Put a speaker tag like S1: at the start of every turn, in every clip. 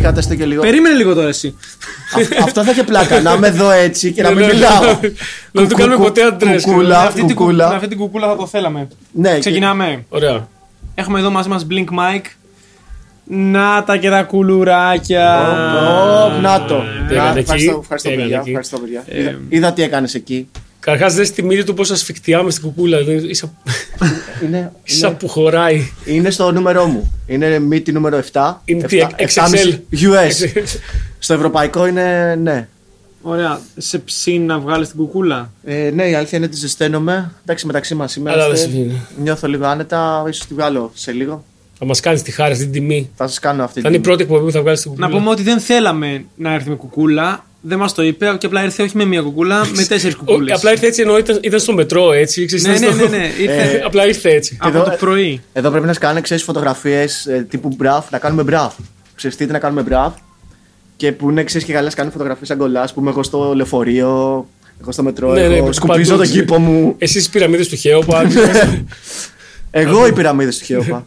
S1: κατέστε και λίγο.
S2: Περίμενε λίγο τώρα εσύ.
S1: Α- Αυτό θα είχε πλάκα. Να είμαι εδώ έτσι και να μην
S2: Ναι, ναι,
S1: μιλάω.
S2: ναι. Να του κάνουμε
S1: Κουκου-
S2: ποτέ αντρές.
S1: κουκούλα.
S3: αυτή, την κου-
S1: κουκούλα.
S3: αυτή την κουκούλα θα το θέλαμε.
S1: Ναι,
S3: Ξεκινάμε.
S2: Ωραία.
S3: Έχουμε εδώ μαζί μας Blink Mike. Να τα και τα κουλουράκια.
S1: Ωπ, να το.
S2: Τι έκανε εκεί,
S1: Ευχαριστώ, ευχαριστώ,
S2: τι έκανε
S1: παιδιά.
S2: εκεί. Ε,
S1: Ευχαριστώ, παιδιά. Είδα- Είδα τι έκανες εκεί.
S2: Καταρχά, δε στη μύτη του πώς ασφικτιάμε στην κουκούλα. δηλαδή, Είσαι
S1: Είναι,
S2: είσαι
S3: Ναι.
S1: είναι,
S2: που χωράει.
S1: είναι στο νούμερό μου. Είναι μύτη νούμερο 7.
S2: Είναι τι,
S1: Εφτά-
S2: XXL.
S1: εφτάμιση US. στο ευρωπαϊκό είναι ναι.
S3: Ωραία. Σε ψήν να βγάλεις την κουκούλα.
S1: Ε, ναι, η αλήθεια είναι ότι ζεσταίνομαι. Εντάξει, μεταξύ μας σήμερα.
S2: Αλλά δεν
S1: είστε-
S2: συμβαίνει.
S1: Νιώθω λίγο άνετα. ίσως τη βγάλω σε λίγο.
S2: Θα μας κάνεις τη χάρη, αυτή την τιμή.
S1: Θα σας κάνω αυτή
S2: Θα είναι η πρώτη εκπομπή που θα βγάλεις στην κουκούλα.
S3: Να πούμε ότι δεν θέλαμε να έρθει με κουκούλα. Δεν μας το είπε και απλά ήρθε όχι με μία κουκούλα, με τέσσερι κουκούλε.
S2: Ο- Απλά ήρθε έτσι ενώ ήταν, ήταν στο μετρό έτσι. ξέρεις,
S3: Ναι, ναι,
S2: ήταν
S3: ναι,
S2: στο- Ε,
S3: ναι. Ήρθε
S2: Απλά ήρθε έτσι.
S3: από
S1: εδώ-
S3: το πρωί.
S1: Εδώ πρέπει να σκάνε, ξέρεις, φωτογραφίες τύπου μπραφ, να κάνουμε μπραφ. Ψευτείτε να κάνουμε μπραφ. Και που είναι, ξέρεις, και καλά κάνουν φωτογραφίε αγκολά που είμαι εγώ στο λεωφορείο, εγώ στο μετρό,
S2: Ναι, ναι,
S1: εγώ
S2: ναι,
S1: σκουπίζω τον
S2: παντού.
S1: κήπο μου.
S2: Εσύ τι πυραμίδες του Χέοπα.
S3: Ναι.
S1: Εγώ οι πυραμίδες του Χέοπα.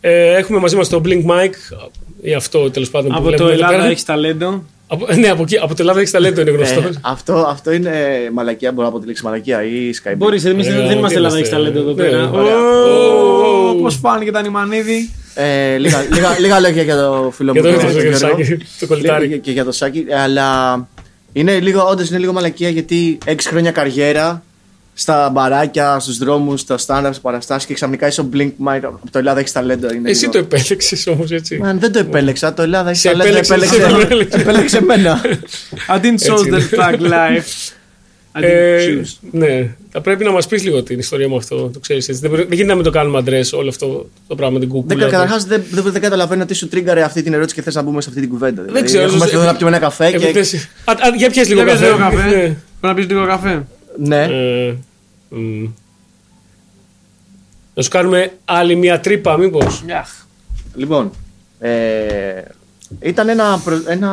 S2: ε, έχουμε μαζί μας τον Blink Mike. Ή αυτό τέλος πάντων. που
S3: Από το
S2: βλέπουμε εδώ
S3: Ελλάδα
S2: πέρα.
S3: έχεις ταλέντο.
S2: Από, ναι, από, εκεί, από το Ελλάδα έχεις ταλέντο είναι γνωστό.
S1: Ε, αυτό, αυτό είναι μαλακία, μπορώ να πω τη λέξη μαλακία ή Skype.
S3: Μπορείς, εμείς
S2: Ωραία,
S3: δεν Ε, είμαστε
S2: τι
S3: Ελλάδα
S2: είμαστε,
S3: έχει ταλέντο εδώ
S2: ναι,
S3: πέρα.
S2: ωραία. Ω,
S3: Πώ φάνηκε τα νημανίδη.
S1: Ε, λίγα, λίγα, λίγα λόγια για το φίλο μου.
S2: Για το
S1: τον
S2: ήρθε το
S1: Γιώργο.
S2: Σάκη, το
S1: Λίγο
S2: κολλητάρι.
S1: Και για το Σάκη, αλλά είναι λίγο, όντως είναι λίγο μαλακία γιατί 6 χρόνια καριέρα στα μπαράκια, στους δρόμους, στα stand-up, στις παραστάσεις και ξαφνικά είσαι ο Blink Mike από το Ελλάδα έχεις ταλέντο.
S3: ε,
S1: Είναι
S2: Εσύ
S1: λίγο.
S2: το επέλεξες όμως έτσι.
S1: Man, δεν το επέλεξα, το Ελλάδα έχεις
S2: Σε
S1: ταλέντο.
S2: επέλεξες,
S1: Επέλεξε,
S2: σε επέλεξες.
S1: επέλεξε εμένα.
S3: I didn't
S2: Έτσι
S3: choose
S2: είναι.
S3: the flag life. I didn't
S2: Ε,
S3: choose.
S2: ναι, θα πρέπει να μας πεις λίγο την ιστορία μου αυτό. Το ξέρεις, έτσι. Δεν, πρέ- δεν γίνεται να μην το κάνουμε αντρές όλο αυτό το πράγμα την
S1: δεν,
S2: κούκουλα.
S1: Καταρχάς, δεν, δεν, δεν καταλαβαίνω τι σου τρίγκαρε αυτή την ερώτηση και θες να μπούμε σε αυτή την κουβέντα. Δεν
S2: ξέρω,
S1: Έχουμε
S2: ίσως-
S1: έρθει εδώ να πιούμε ένα καφέ
S2: Ε,
S1: και.
S2: ε, α- α, Για πιες λίγο
S3: Για πες λίγο καφέ.
S2: καφέ.
S3: Πρέπει
S2: Ναι.
S3: να πει λίγο καφέ.
S1: Ναι.
S2: Ε, μ. Να σου κάνουμε άλλη μια τρύπα, μήπως.
S3: Γιαχ.
S1: Λοιπόν, ε, ήταν ένα, προ- ένα,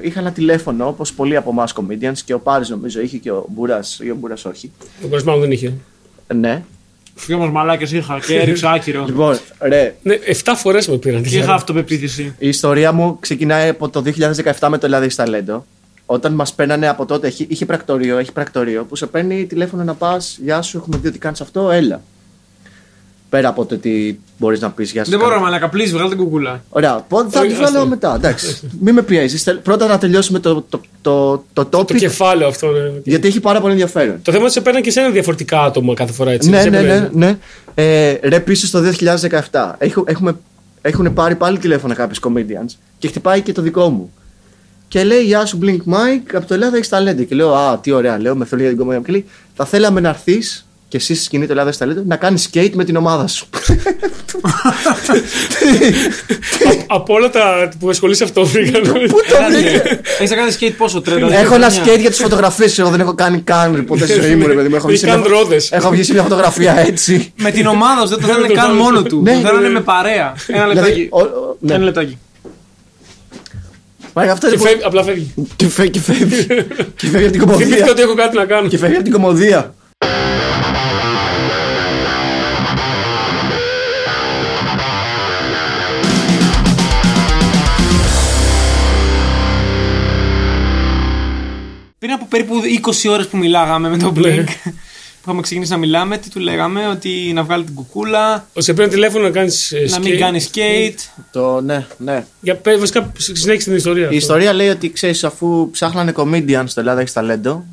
S1: είχα ένα τηλέφωνο όπως πολλοί από εμάς comedians και ο Πάρης νομίζω είχε και ο Μπούρας ή ο Μπούρας όχι.
S2: Το κορισμά δεν είχε.
S1: Ναι.
S3: Πιο μα μαλάκες είχα και έριξα άκυρο.
S1: Λοιπόν, ρε,
S2: Ναι, 7 φορές με πήραν
S3: Και
S2: τηλέφωνο.
S3: είχα αυτοπεποίθηση.
S1: η ιστορία μου ξεκινάει από το 2017 με το Ελλάδα έχει ταλέντο. Όταν μας παίρνανε από τότε, είχε, είχε πρακτορείο, έχει πρακτορείο που σε παίρνει τηλέφωνο να πας, γεια σου, έχουμε δει ότι κάνεις αυτό, έλα. Πέρα από το ότι μπορείς να πεις γεια σου.
S3: Δεν
S1: κάνω
S3: μπορώ, μαλάκα, please βγάλε την κουκούλα.
S1: Ωραία, πότε θα
S2: Όχι,
S1: τη
S2: άστο.
S1: βγάλω μετά. Εντάξει. Μην με πιέζεις. Πρώτα να τελειώσουμε το, το, το, το
S2: Το
S1: topic.
S2: κεφάλαιο αυτό. ναι.
S1: Γιατί έχει πάρα πολύ ενδιαφέρον.
S2: Το θέμα είναι ότι σε παίρναν και σένα διαφορετικά άτομα κάθε φορά έτσι.
S1: ναι,
S2: Σε
S1: ναι,
S2: έπαιρναν.
S1: ναι, ναι. Ε, ρε πίσω στο 2017. Έχω, έχουμε, έχουν πάρει πάλι τηλέφωνα κάποιοι comedians και χτυπάει και το δικό μου. Και λέει, Γεια σου, Blink Mike, από το Ελλάδα έχεις ταλέντο. Και λέω, Α, τι ωραία, λέω, με θέλω για την κομμάτια μου. Και λέει, Θα θέλαμε να έρθεις και εσύ στη σκηνή του Ελλάδα έχεις ταλέντο να κάνεις skate με την ομάδα σου.
S2: Από όλα τα που ασχολείσαι αυτό βρήκαν.
S1: Πού το βρήκε.
S3: Έχει κάνεις skate πόσο 30.
S1: Έχω ένα
S3: χρόνια?
S1: skate για τις φωτογραφίες. Εγώ δεν έχω κάνει καν ποτέ στη ζωή μου, ρε παιδί μου. Έχω βγει
S2: Έχει
S1: σε
S2: κάνει
S1: μια-
S2: ρόδες.
S1: Έχω βγει σε μια φωτογραφία έτσι.
S3: Με την ομάδα σου δεν το θέλανε
S2: το
S3: καν
S2: θέλανε.
S3: μόνο του.
S1: Ναι.
S3: Το θέλανε με παρέα. Ένα λεπτάκι.
S1: Δηλαδή, ο- ο- ναι.
S3: Ένα λεπτάκι.
S1: Μα αυτό λοιπόν
S2: Και
S1: είναι
S2: φεύγει, απλά φεύγει.
S1: Και φεύγει, και φεύγει. και φεύγει από την
S2: Θυμήθηκα
S1: κομμωδία.
S2: ότι έχω κάτι να κάνω.
S1: και φεύγει από την κομμωδία.
S3: Πριν από περίπου 20 ώρες που μιλάγαμε με τον
S1: Ναι.
S3: Blink, που είχαμε ξεκινήσει να μιλάμε, τι του λέγαμε, ότι να βγάλει την κουκούλα,
S2: Ότι σε παίρνει τηλέφωνο να κάνει.
S3: να μην κάνει skate.
S1: Το ναι, ναι.
S2: Για πες, βασικά συνέχισε την ιστορία.
S1: Η
S2: αυτό.
S1: ιστορία λέει ότι ξέρεις, αφού ψάχνανε comedian στο Ελλάδα έχεις ταλέντο.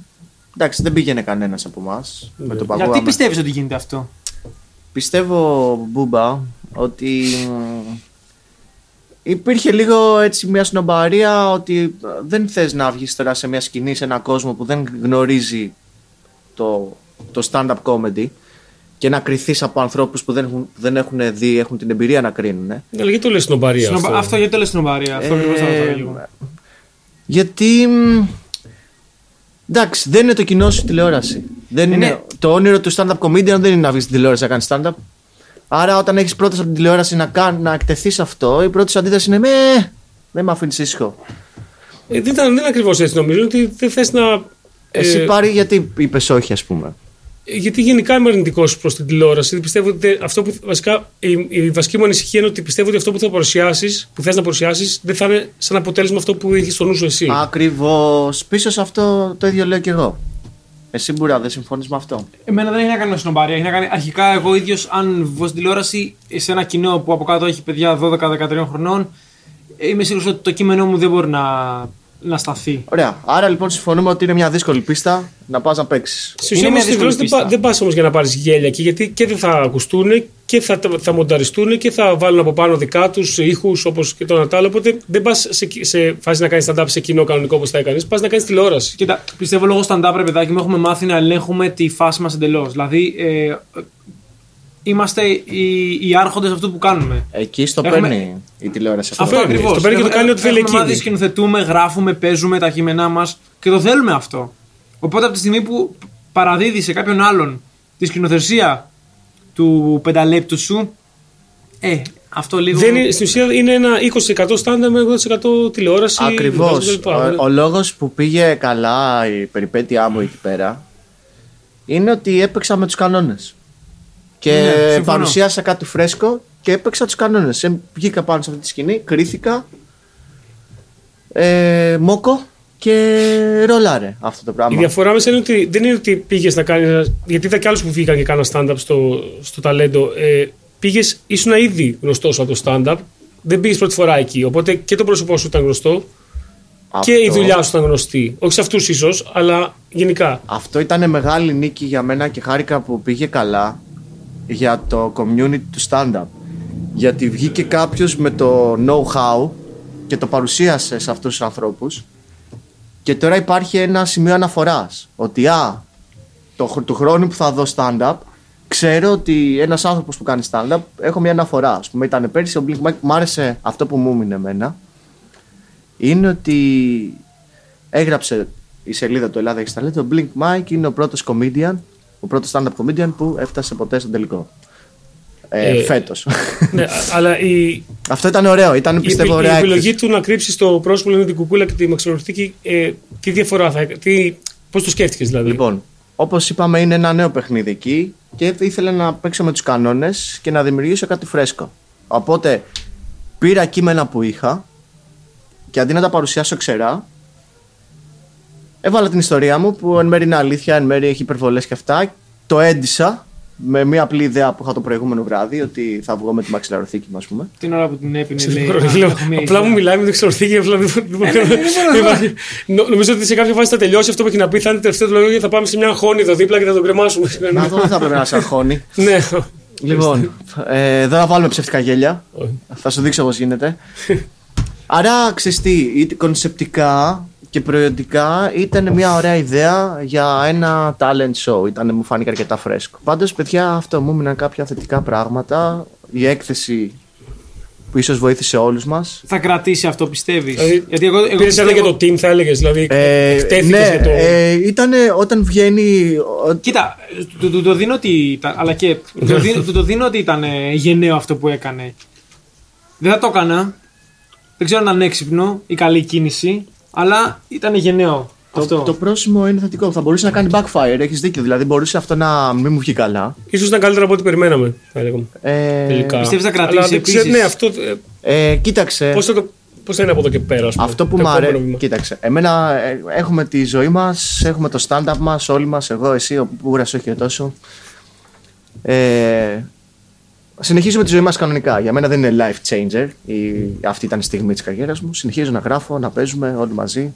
S1: Εντάξει, δεν πήγαινε κανένας από εμάς με το
S3: Γιατί
S1: παγκόσμιο.
S3: πιστεύεις ότι γίνεται αυτό.
S1: Πιστεύω, Μπούμπα, ότι μ, υπήρχε λίγο έτσι μια σνομπαρία ότι δεν θες να βγεις τώρα σε μια σκηνή, σε έναν κόσμο που δεν γνωρίζει το, το stand-up comedy και να κρυθείς από ανθρώπους που δεν έχουν, που δεν έχουν δει, έχουν την εμπειρία να κρίνουν.
S2: Ναι, αλλά γιατί το λες σνομπαρία.
S3: Συνοπα-
S2: αυτό.
S3: Αυτό Ε, γιατί το λες στην ομπαρία. Αυτό ακριβώ θα το λίγο.
S1: γιατί... μ, Εντάξει, δεν είναι το κοινό σου η τηλεόραση. Δεν είναι...
S3: ναι.
S1: Το όνειρο του stand-up comedian δεν είναι να βγεις στην τηλεόραση να κάνεις stand-up. Άρα, όταν έχεις πρόταση από την τηλεόραση να, κάν- να εκτεθείς σε αυτό, η πρώτη σου αντίδραση είναι με. Δεν με αφήνεις ήσυχο.
S2: Ε, δεν ήταν δεν ακριβώς έτσι νομίζω. Ότι δεν θες να.
S1: Εσύ
S2: ε,
S1: πάρει γιατί είπες όχι, ας πούμε.
S2: Γιατί γενικά είμαι αρνητικός προς την τηλεόραση. Δηλαδή Πιστεύω ότι τε- αυτό που, βασικά, η, η βασική μου ανησυχία είναι ότι πιστεύω ότι αυτό που θα παρουσιάσεις, που θες να παρουσιάσεις, δεν θα είναι σαν αποτέλεσμα αυτό που έχεις στο νου σου εσύ.
S1: Ακριβώς. Πίσω σε αυτό το ίδιο λέω και εγώ. Εσύ μπουρά, δεν συμφωνείς με αυτό.
S3: Εμένα δεν έχει να κάνει με σνομπάρια. Έχει να κάνει αρχικά εγώ ίδιος, αν βγω στην τηλεόραση σε ένα κοινό που από κάτω έχει παιδιά 12-13 χρονών, ε, είμαι σίγουρος ότι το κείμενό μου δεν μπορεί να, να σταθεί.
S1: Ωραία. Άρα λοιπόν συμφωνούμε ότι είναι μια δύσκολη πίστα να πας να παίξεις.
S2: Στην ουσία
S3: Είναι
S2: όμως
S3: μια
S2: στη γλώσσα δεν,
S3: δύσκολη
S2: πα- δεν πας όμως για να πάρεις γέλια εκεί, γιατί και δεν θα ακουστούν και θα, θα μονταριστούν και θα βάλουν από πάνω δικά τους ήχους όπως και τον Ατάλο. Οπότε δεν πας σε, σε φάση να κάνεις stand-up σε κοινό κανονικό όπως θα έκανες. Πας να κάνεις τηλεόραση.
S3: Κοίτα, πιστεύω λόγω stand-up, ρε παιδάκι μου, έχουμε μάθει να ελέγχουμε τη φάση μας εντελώς. Δηλαδή, ε, ε, είμαστε οι, οι άρχοντες αυτού που κάνουμε.
S1: Εκεί στο
S3: Έχουμε-
S1: παίρνει η τηλεόραση αυτό.
S2: Αυτό
S3: ακριβώς.
S2: Το παίρνει και το κάνει ό,τι θέλει
S3: Έχουμε
S2: εκείνη.
S3: μάθει, σκηνοθετούμε, γράφουμε, παίζουμε τα κείμενά μας και το θέλουμε αυτό. Οπότε από τη στιγμή που παραδίδει σε κάποιον άλλον τη σκηνοθεσία του πενταλέπτου σου, ε, αυτό λίγο.
S2: Δεν είναι, στην ουσία είναι ένα 20% stand-up με 80% τηλεόραση.
S1: Ακριβώς.
S2: κτλ.
S1: Ο, ο λόγος που πήγε καλά η περιπέτειά μου εκεί πέρα είναι ότι έπαιξα με τους κανόνες.
S3: Ναι,
S1: Και
S3: συμφωνώ.
S1: παρουσίασα κάτι φρέσκο και έπαιξα τους κανόνες. Βγήκα πάνω σε αυτή τη σκηνή, κρίθηκα. Ε, μόκο και ρολάρε αυτό το
S2: Η
S1: πράγμα.
S2: διαφορά μέσα είναι ότι δεν είναι ότι πήγες να κάνεις. Γιατί είδα και άλλους που βγήκαν και κάναν stand-up στο, στο ταλέντο. Ε, πήγες, ήσουν ήδη γνωστός από το stand-up. Δεν πήγες πρώτη φορά εκεί. Οπότε και το πρόσωπό σου ήταν γνωστό
S1: Αυτό-
S2: και η δουλειά σου ήταν γνωστή. Όχι σε αυτούς ίσως, αλλά γενικά.
S1: Αυτό ήταν μεγάλη νίκη για μένα και χάρηκα που πήγε καλά για το community του stand-up. Γιατί βγήκε κάποιος με το know-how και το παρουσίασε σε αυτούς τους ανθρώπους και τώρα υπάρχει ένα σημείο αναφοράς ότι α, το, χρο- του χρόνου που θα δω stand-up ξέρω ότι ένας άνθρωπος που κάνει stand-up έχω μια αναφορά. Ας πούμε ήταν πέρσι ο Blink Mike, μου άρεσε αυτό που μου έμεινε εμένα είναι ότι έγραψε η σελίδα του Ελλάδα έχεις ταλέντο. Ο Blink Mike είναι ο πρώτος comedian, ο πρώτος stand-up comedian που έφτασε ποτέ στον τελικό. Ε,
S2: Ε,
S1: φέτος.
S2: ναι, α- αλλά η,
S1: Αυτό ήταν ωραίο, ήταν
S2: Η, επι-
S1: πιστεύω
S2: η
S1: ωραία
S2: επιλογή
S1: έκθεση.
S2: του να κρύψει το πρόσωπο λένε την κουκούλα και τη μαξιλοθήκη, ε, τι διαφορά θα έκανε, τι, πώς το σκέφτηκες δηλαδή.
S1: Λοιπόν, όπως είπαμε, είναι ένα νέο παιχνίδι εκεί και ήθελα να παίξω με τους κανόνες και να δημιουργήσω κάτι φρέσκο. Οπότε πήρα κείμενα που είχα και αντί να τα παρουσιάσω ξερά, έβαλα την ιστορία μου που εν μέρει είναι αλήθεια, εν μέρει έχει υπερβολές και αυτά. Το έντυσα με μια απλή ιδέα που είχα το προηγούμενο βράδυ, ότι θα βγω με τη μαξιλαροθήκη μου, ας πούμε.
S3: Την ώρα που την έπινε, λέει.
S2: Συγχωρώ,
S3: «Α,
S2: λέω,
S3: έχω μία
S2: απλά
S3: ιδέα».
S2: μου μιλάει, μην το ξεορθήκε. Απλά δεν δεν μπορώ να- Ε, ναι, δεν υπάρχει- Νο- Νομίζω ότι σε κάποια φάση θα τελειώσει αυτό που έχει να πει. Θα είναι τελευταίο του λόγο γιατί θα πάμε σε μια χώνη εδώ δίπλα και θα τον κρεμάσουμε.
S1: να, αυτό δεν θα πρέπει να σε αγχώνει.
S2: Ναι.
S1: λοιπόν, ε, εδώ να βάλουμε ψεύτικα γέλια.
S2: Όχι.
S1: Θα σου δείξω πώς γίνεται. Άρα, ξέρεις τι, είτε κονσεπτικά και προϊοντικά ήταν μια ωραία ιδέα για ένα talent show. Ήταν, μου φάνηκε αρκετά φρέσκο. Πάντως, παιδιά, αυτό μου έμειναν κάποια θετικά πράγματα. Η έκθεση που ίσως βοήθησε όλους μας.
S3: Θα κρατήσει αυτό, πιστεύεις.
S2: Δηλαδή,
S3: Γιατί εγώ, εγώ
S2: Πήρες ένα
S3: πιστεύω-
S2: για το team, θα έλεγες. Δηλαδή,
S1: Ε,
S2: χτέθηκες
S1: ναι,
S2: για το.
S1: ε, ήταν όταν βγαίνει... ο-
S3: Κοίτα, του, του το δίνω ότι ήταν. Αλλά και. Του το, δίνω, του το δίνω ότι ήταν ε, γενναίο αυτό που έκανε. Δεν θα το έκανα. Δεν ξέρω αν ήταν έξυπνο ή καλή κίνηση. Αλλά ήταν γενναίο αυτό.
S1: Το, το πρόσημο είναι θετικό. Θα μπορούσε να κάνει backfire, έχεις δίκιο. Δηλαδή, μπορούσε αυτό να μην μου βγει καλά.
S2: Ίσως ήταν καλύτερα από ό,τι περιμέναμε, θα έλεγα.
S1: Ε,
S2: Τελικά.
S3: πιστεύεις θα
S2: Αλλά
S3: κρατήσει
S2: δεν ξέρω,
S3: επίσης?
S2: Ναι, αυτό. ε,
S1: Ε, κοίταξε.
S2: Πώς θα το. Πώς θα είναι από εδώ και πέρα, ας πούμε,
S1: Αυτό που
S2: το
S1: μου
S2: επόμενο
S1: αρέσει.
S2: βήμα.
S1: Κοίταξε. Εμένα ε, έχουμε τη ζωή μας, έχουμε το stand-up μας, όλοι μας, εγώ, εσύ, ο Πούγρας, όχι και τόσο. Ε, συνεχίζουμε τη ζωή μας κανονικά. Για μένα δεν είναι life changer. Η, αυτή ήταν η στιγμή της καριέρας μου. Συνεχίζω να γράφω, να παίζουμε όλοι μαζί.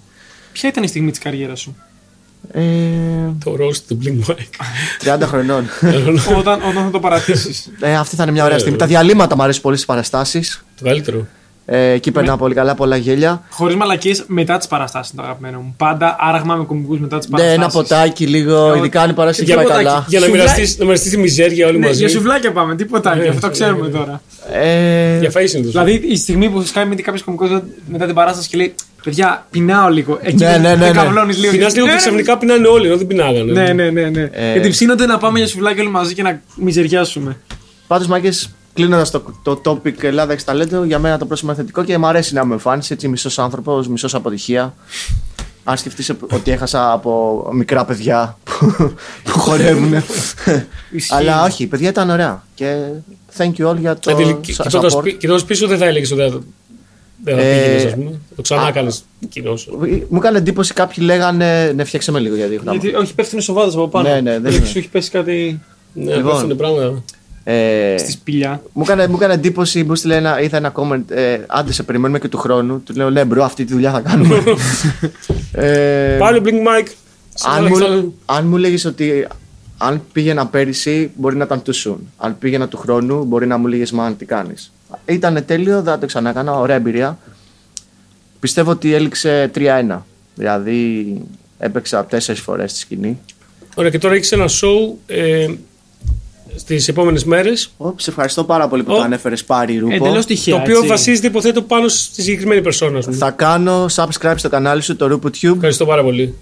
S3: Ποια ήταν η στιγμή της καριέρας σου,
S1: Ε,
S2: Το roast του Blink Mike.
S1: 30 χρονών.
S3: όταν, όταν θα το παρατήσεις.
S1: ε, αυτή θα είναι μια ωραία στιγμή. Τα διαλύματα μου αρέσουν πολύ στις παραστάσεις.
S2: Το καλύτερο.
S1: Ε, εκεί
S2: Ναι.
S1: περνάω πολύ καλά, πολλά γέλια.
S3: Χωρίς μαλακίες μετά τις παραστάσεις είναι το αγαπημένο μου. Πάντα άραγμα με κομικού μετά τις
S1: Ναι,
S3: παραστάσει.
S1: ένα ποτάκι λίγο, ειδικά αν η παράσταση
S2: Για
S1: πάει
S2: ποτάκι,
S1: καλά.
S2: Για να
S3: Σουβλάκι.
S2: μοιραστείς- να μοιραστείς τη μιζέρια όλοι
S3: Ναι,
S2: μαζί.
S3: για σουβλάκια πάμε, τίποτα. αυτό
S1: Ναι.
S3: το ξέρουμε τώρα.
S1: Ε,
S2: Για φαΐς συνήθως.
S3: Δηλαδή η στιγμή που σκάει με κάποιο κομικό μετά την παράσταση και λέει Παιδιά, πεινάω λίγο. Εκεί
S1: Ναι,
S3: δεν-
S1: ναι, ναι,
S3: δεν
S1: ναι.
S3: καβλώνεις λίγο.
S2: Πεινάς λίγο
S3: Ναι,
S2: και
S3: ναι, ναι.
S2: ξαφνικά πεινάνε όλοι, ενώ δεν πεινάγανε.
S3: Ναι, ναι, ναι. ναι.
S1: Ε.
S3: Γιατί ψήνονται να πάμε για σουβλάκι όλοι μαζί και να μιζεριάσουμε.
S1: Πάντως, Μάκε, κλείνοντας το, το topic Ελλάδα έχεις ταλέντο, για μένα το πρόσημο είναι θετικό και μου αρέσει να είμαι εμφάνιση. Έτσι, μισός άνθρωπος, μισός αποτυχία. Αν σκεφτείς ότι έχασα από μικρά παιδιά που που χορεύουν.
S3: Ισχύει.
S1: Αλλά όχι, παιδιά ήταν ωραία. Και thank you all για το
S2: Δηλαδή,
S1: σα-
S2: κοιτώντα
S1: support.
S2: πίσω, δεν θα έλεγες ότι δεν δεν θα
S1: Ε,
S2: πήγαινες, ας πούμε. Το ξανά
S1: α.
S2: έκανε κοινό.
S1: Μου έκανε εντύπωση κάποιοι λέγανε ναι φτιάξε με λίγο γιατί έχω
S3: Γιατί όχι, πέφτουν σοβάδε από πάνω.
S1: Ναι, ναι, δεν
S3: Γιατί
S1: είναι.
S3: σου έχει πέσει κάτι
S2: Ναι,
S1: Λοιπόν.
S2: λοιπόν. πράγματα.
S1: Ε,
S3: στη σπηλιά.
S1: μου, έκανε, μου έκανε εντύπωση, μου στείλε ένα, είδα ένα comment, ε, άντε σε περιμένουμε και του χρόνου. Του λέω, ναι μπρο, αυτή τη δουλειά θα κάνουμε. ε,
S2: Πάλι Blink Mike. σε
S1: αν,
S2: άλλαξα.
S1: μου, αν μου λέγεις ότι αν πήγαινα πέρυσι μπορεί να ήταν too soon. Αν πήγαινα του χρόνου μπορεί να μου λέγες μαν τι κάνεις. Ήταν τέλειο, δεν θα το ξανά έκανα, ωραία εμπειρία. Πιστεύω ότι έληξε 3-1. Δηλαδή έπαιξα τέσσερις φορές στη σκηνή.
S2: Ωραία, και τώρα έχεις ένα show ε, στις επόμενες μέρες.
S1: Ω, σε ευχαριστώ πάρα πολύ που
S2: Ω.
S1: το ανέφερες πάρει Ρούπο.
S3: Εντελώς Ε, τυχαία.
S2: Το οποίο
S3: έτσι.
S2: βασίζεται, υποθέτω, πάνω στη συγκεκριμένη περσόνα. ας πούμε.
S1: Θα κάνω subscribe στο κανάλι σου, το Ρούπο Tube.
S2: Ευχαριστώ πάρα πολύ.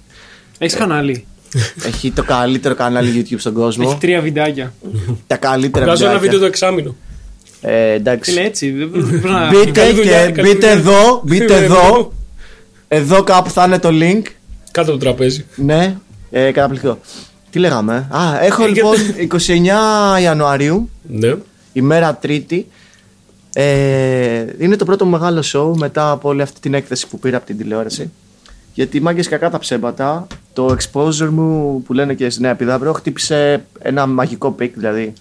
S3: Έχεις κανάλι.
S1: Έχει το καλύτερο κανάλι YouTube στον κόσμο.
S3: Έχει τρία βιντεάκια.
S1: Τα καλύτερα
S2: Βγάζω ένα
S1: βιντεάκια.
S2: βίντεο το εξάμεινο.
S1: Ε,
S3: Τι λέει
S1: εντάξει.
S3: έτσι. δεν- δεν πρέπει να-
S1: Μπείτε,
S2: Καλή δουλειά,
S1: και,
S2: καλή
S1: μπείτε
S2: δουλειά.
S1: εδώ, μπείτε
S2: Ε,
S1: εδώ. Εδώ κάπου θα είναι το link.
S2: Κάτω από το τραπέζι.
S1: Ναι, ε, καταπληκτικό. Τι λέγαμε. ε? Α, έχω λοιπόν 29 Ιανουαρίου,
S2: Ναι.
S1: ημέρα Τρίτη. Ε, είναι το πρώτο μου μεγάλο show μετά από όλη αυτή την έκθεση που πήρα από την τηλεόραση. Γιατί μάγκες κακά τα ψέματα, το exposure μου που λένε και στη Νέα Πιδάμπρο χτύπησε ένα μαγικό πικ. Δηλαδή,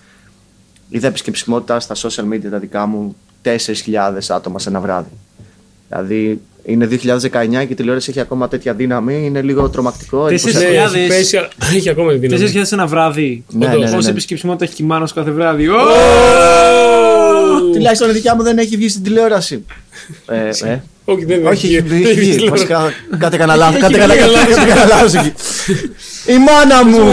S1: είδα επισκεψιμότητα στα social media τα δικά μου 4.000 άτομα σε ένα βράδυ. Δηλαδή, είναι 2019 και η τηλεόραση έχει ακόμα τέτοια δύναμη. Είναι λίγο τρομακτικό.
S3: Τέσσερις
S2: Ναι,
S1: εντυπωσιακό.
S3: χιλιάδες.
S2: έχει πέσει, αλλά έχει ακόμα τη
S3: Τέσσερι
S2: δύναμη.
S3: χιλιάδες ένα βράδυ.
S1: Ναι, ναι, ναι,
S3: Πόση
S1: ναι.
S3: επισκεψιμότητα έχει κοιμάνο κάθε βράδυ. Ω!
S1: Τουλάχιστον η δικιά μου δεν έχει βγει στην τηλεόραση. ε, ε.
S2: Όχι, δεν
S1: Όχι,
S2: δεν-
S1: έχει
S2: δεν-
S1: βγει.
S2: δεν-
S1: Βασικά, κάτι έκανα λάθος. Κάτι έκανα κάτι έκανα λάθος εκεί. Η μάνα μου!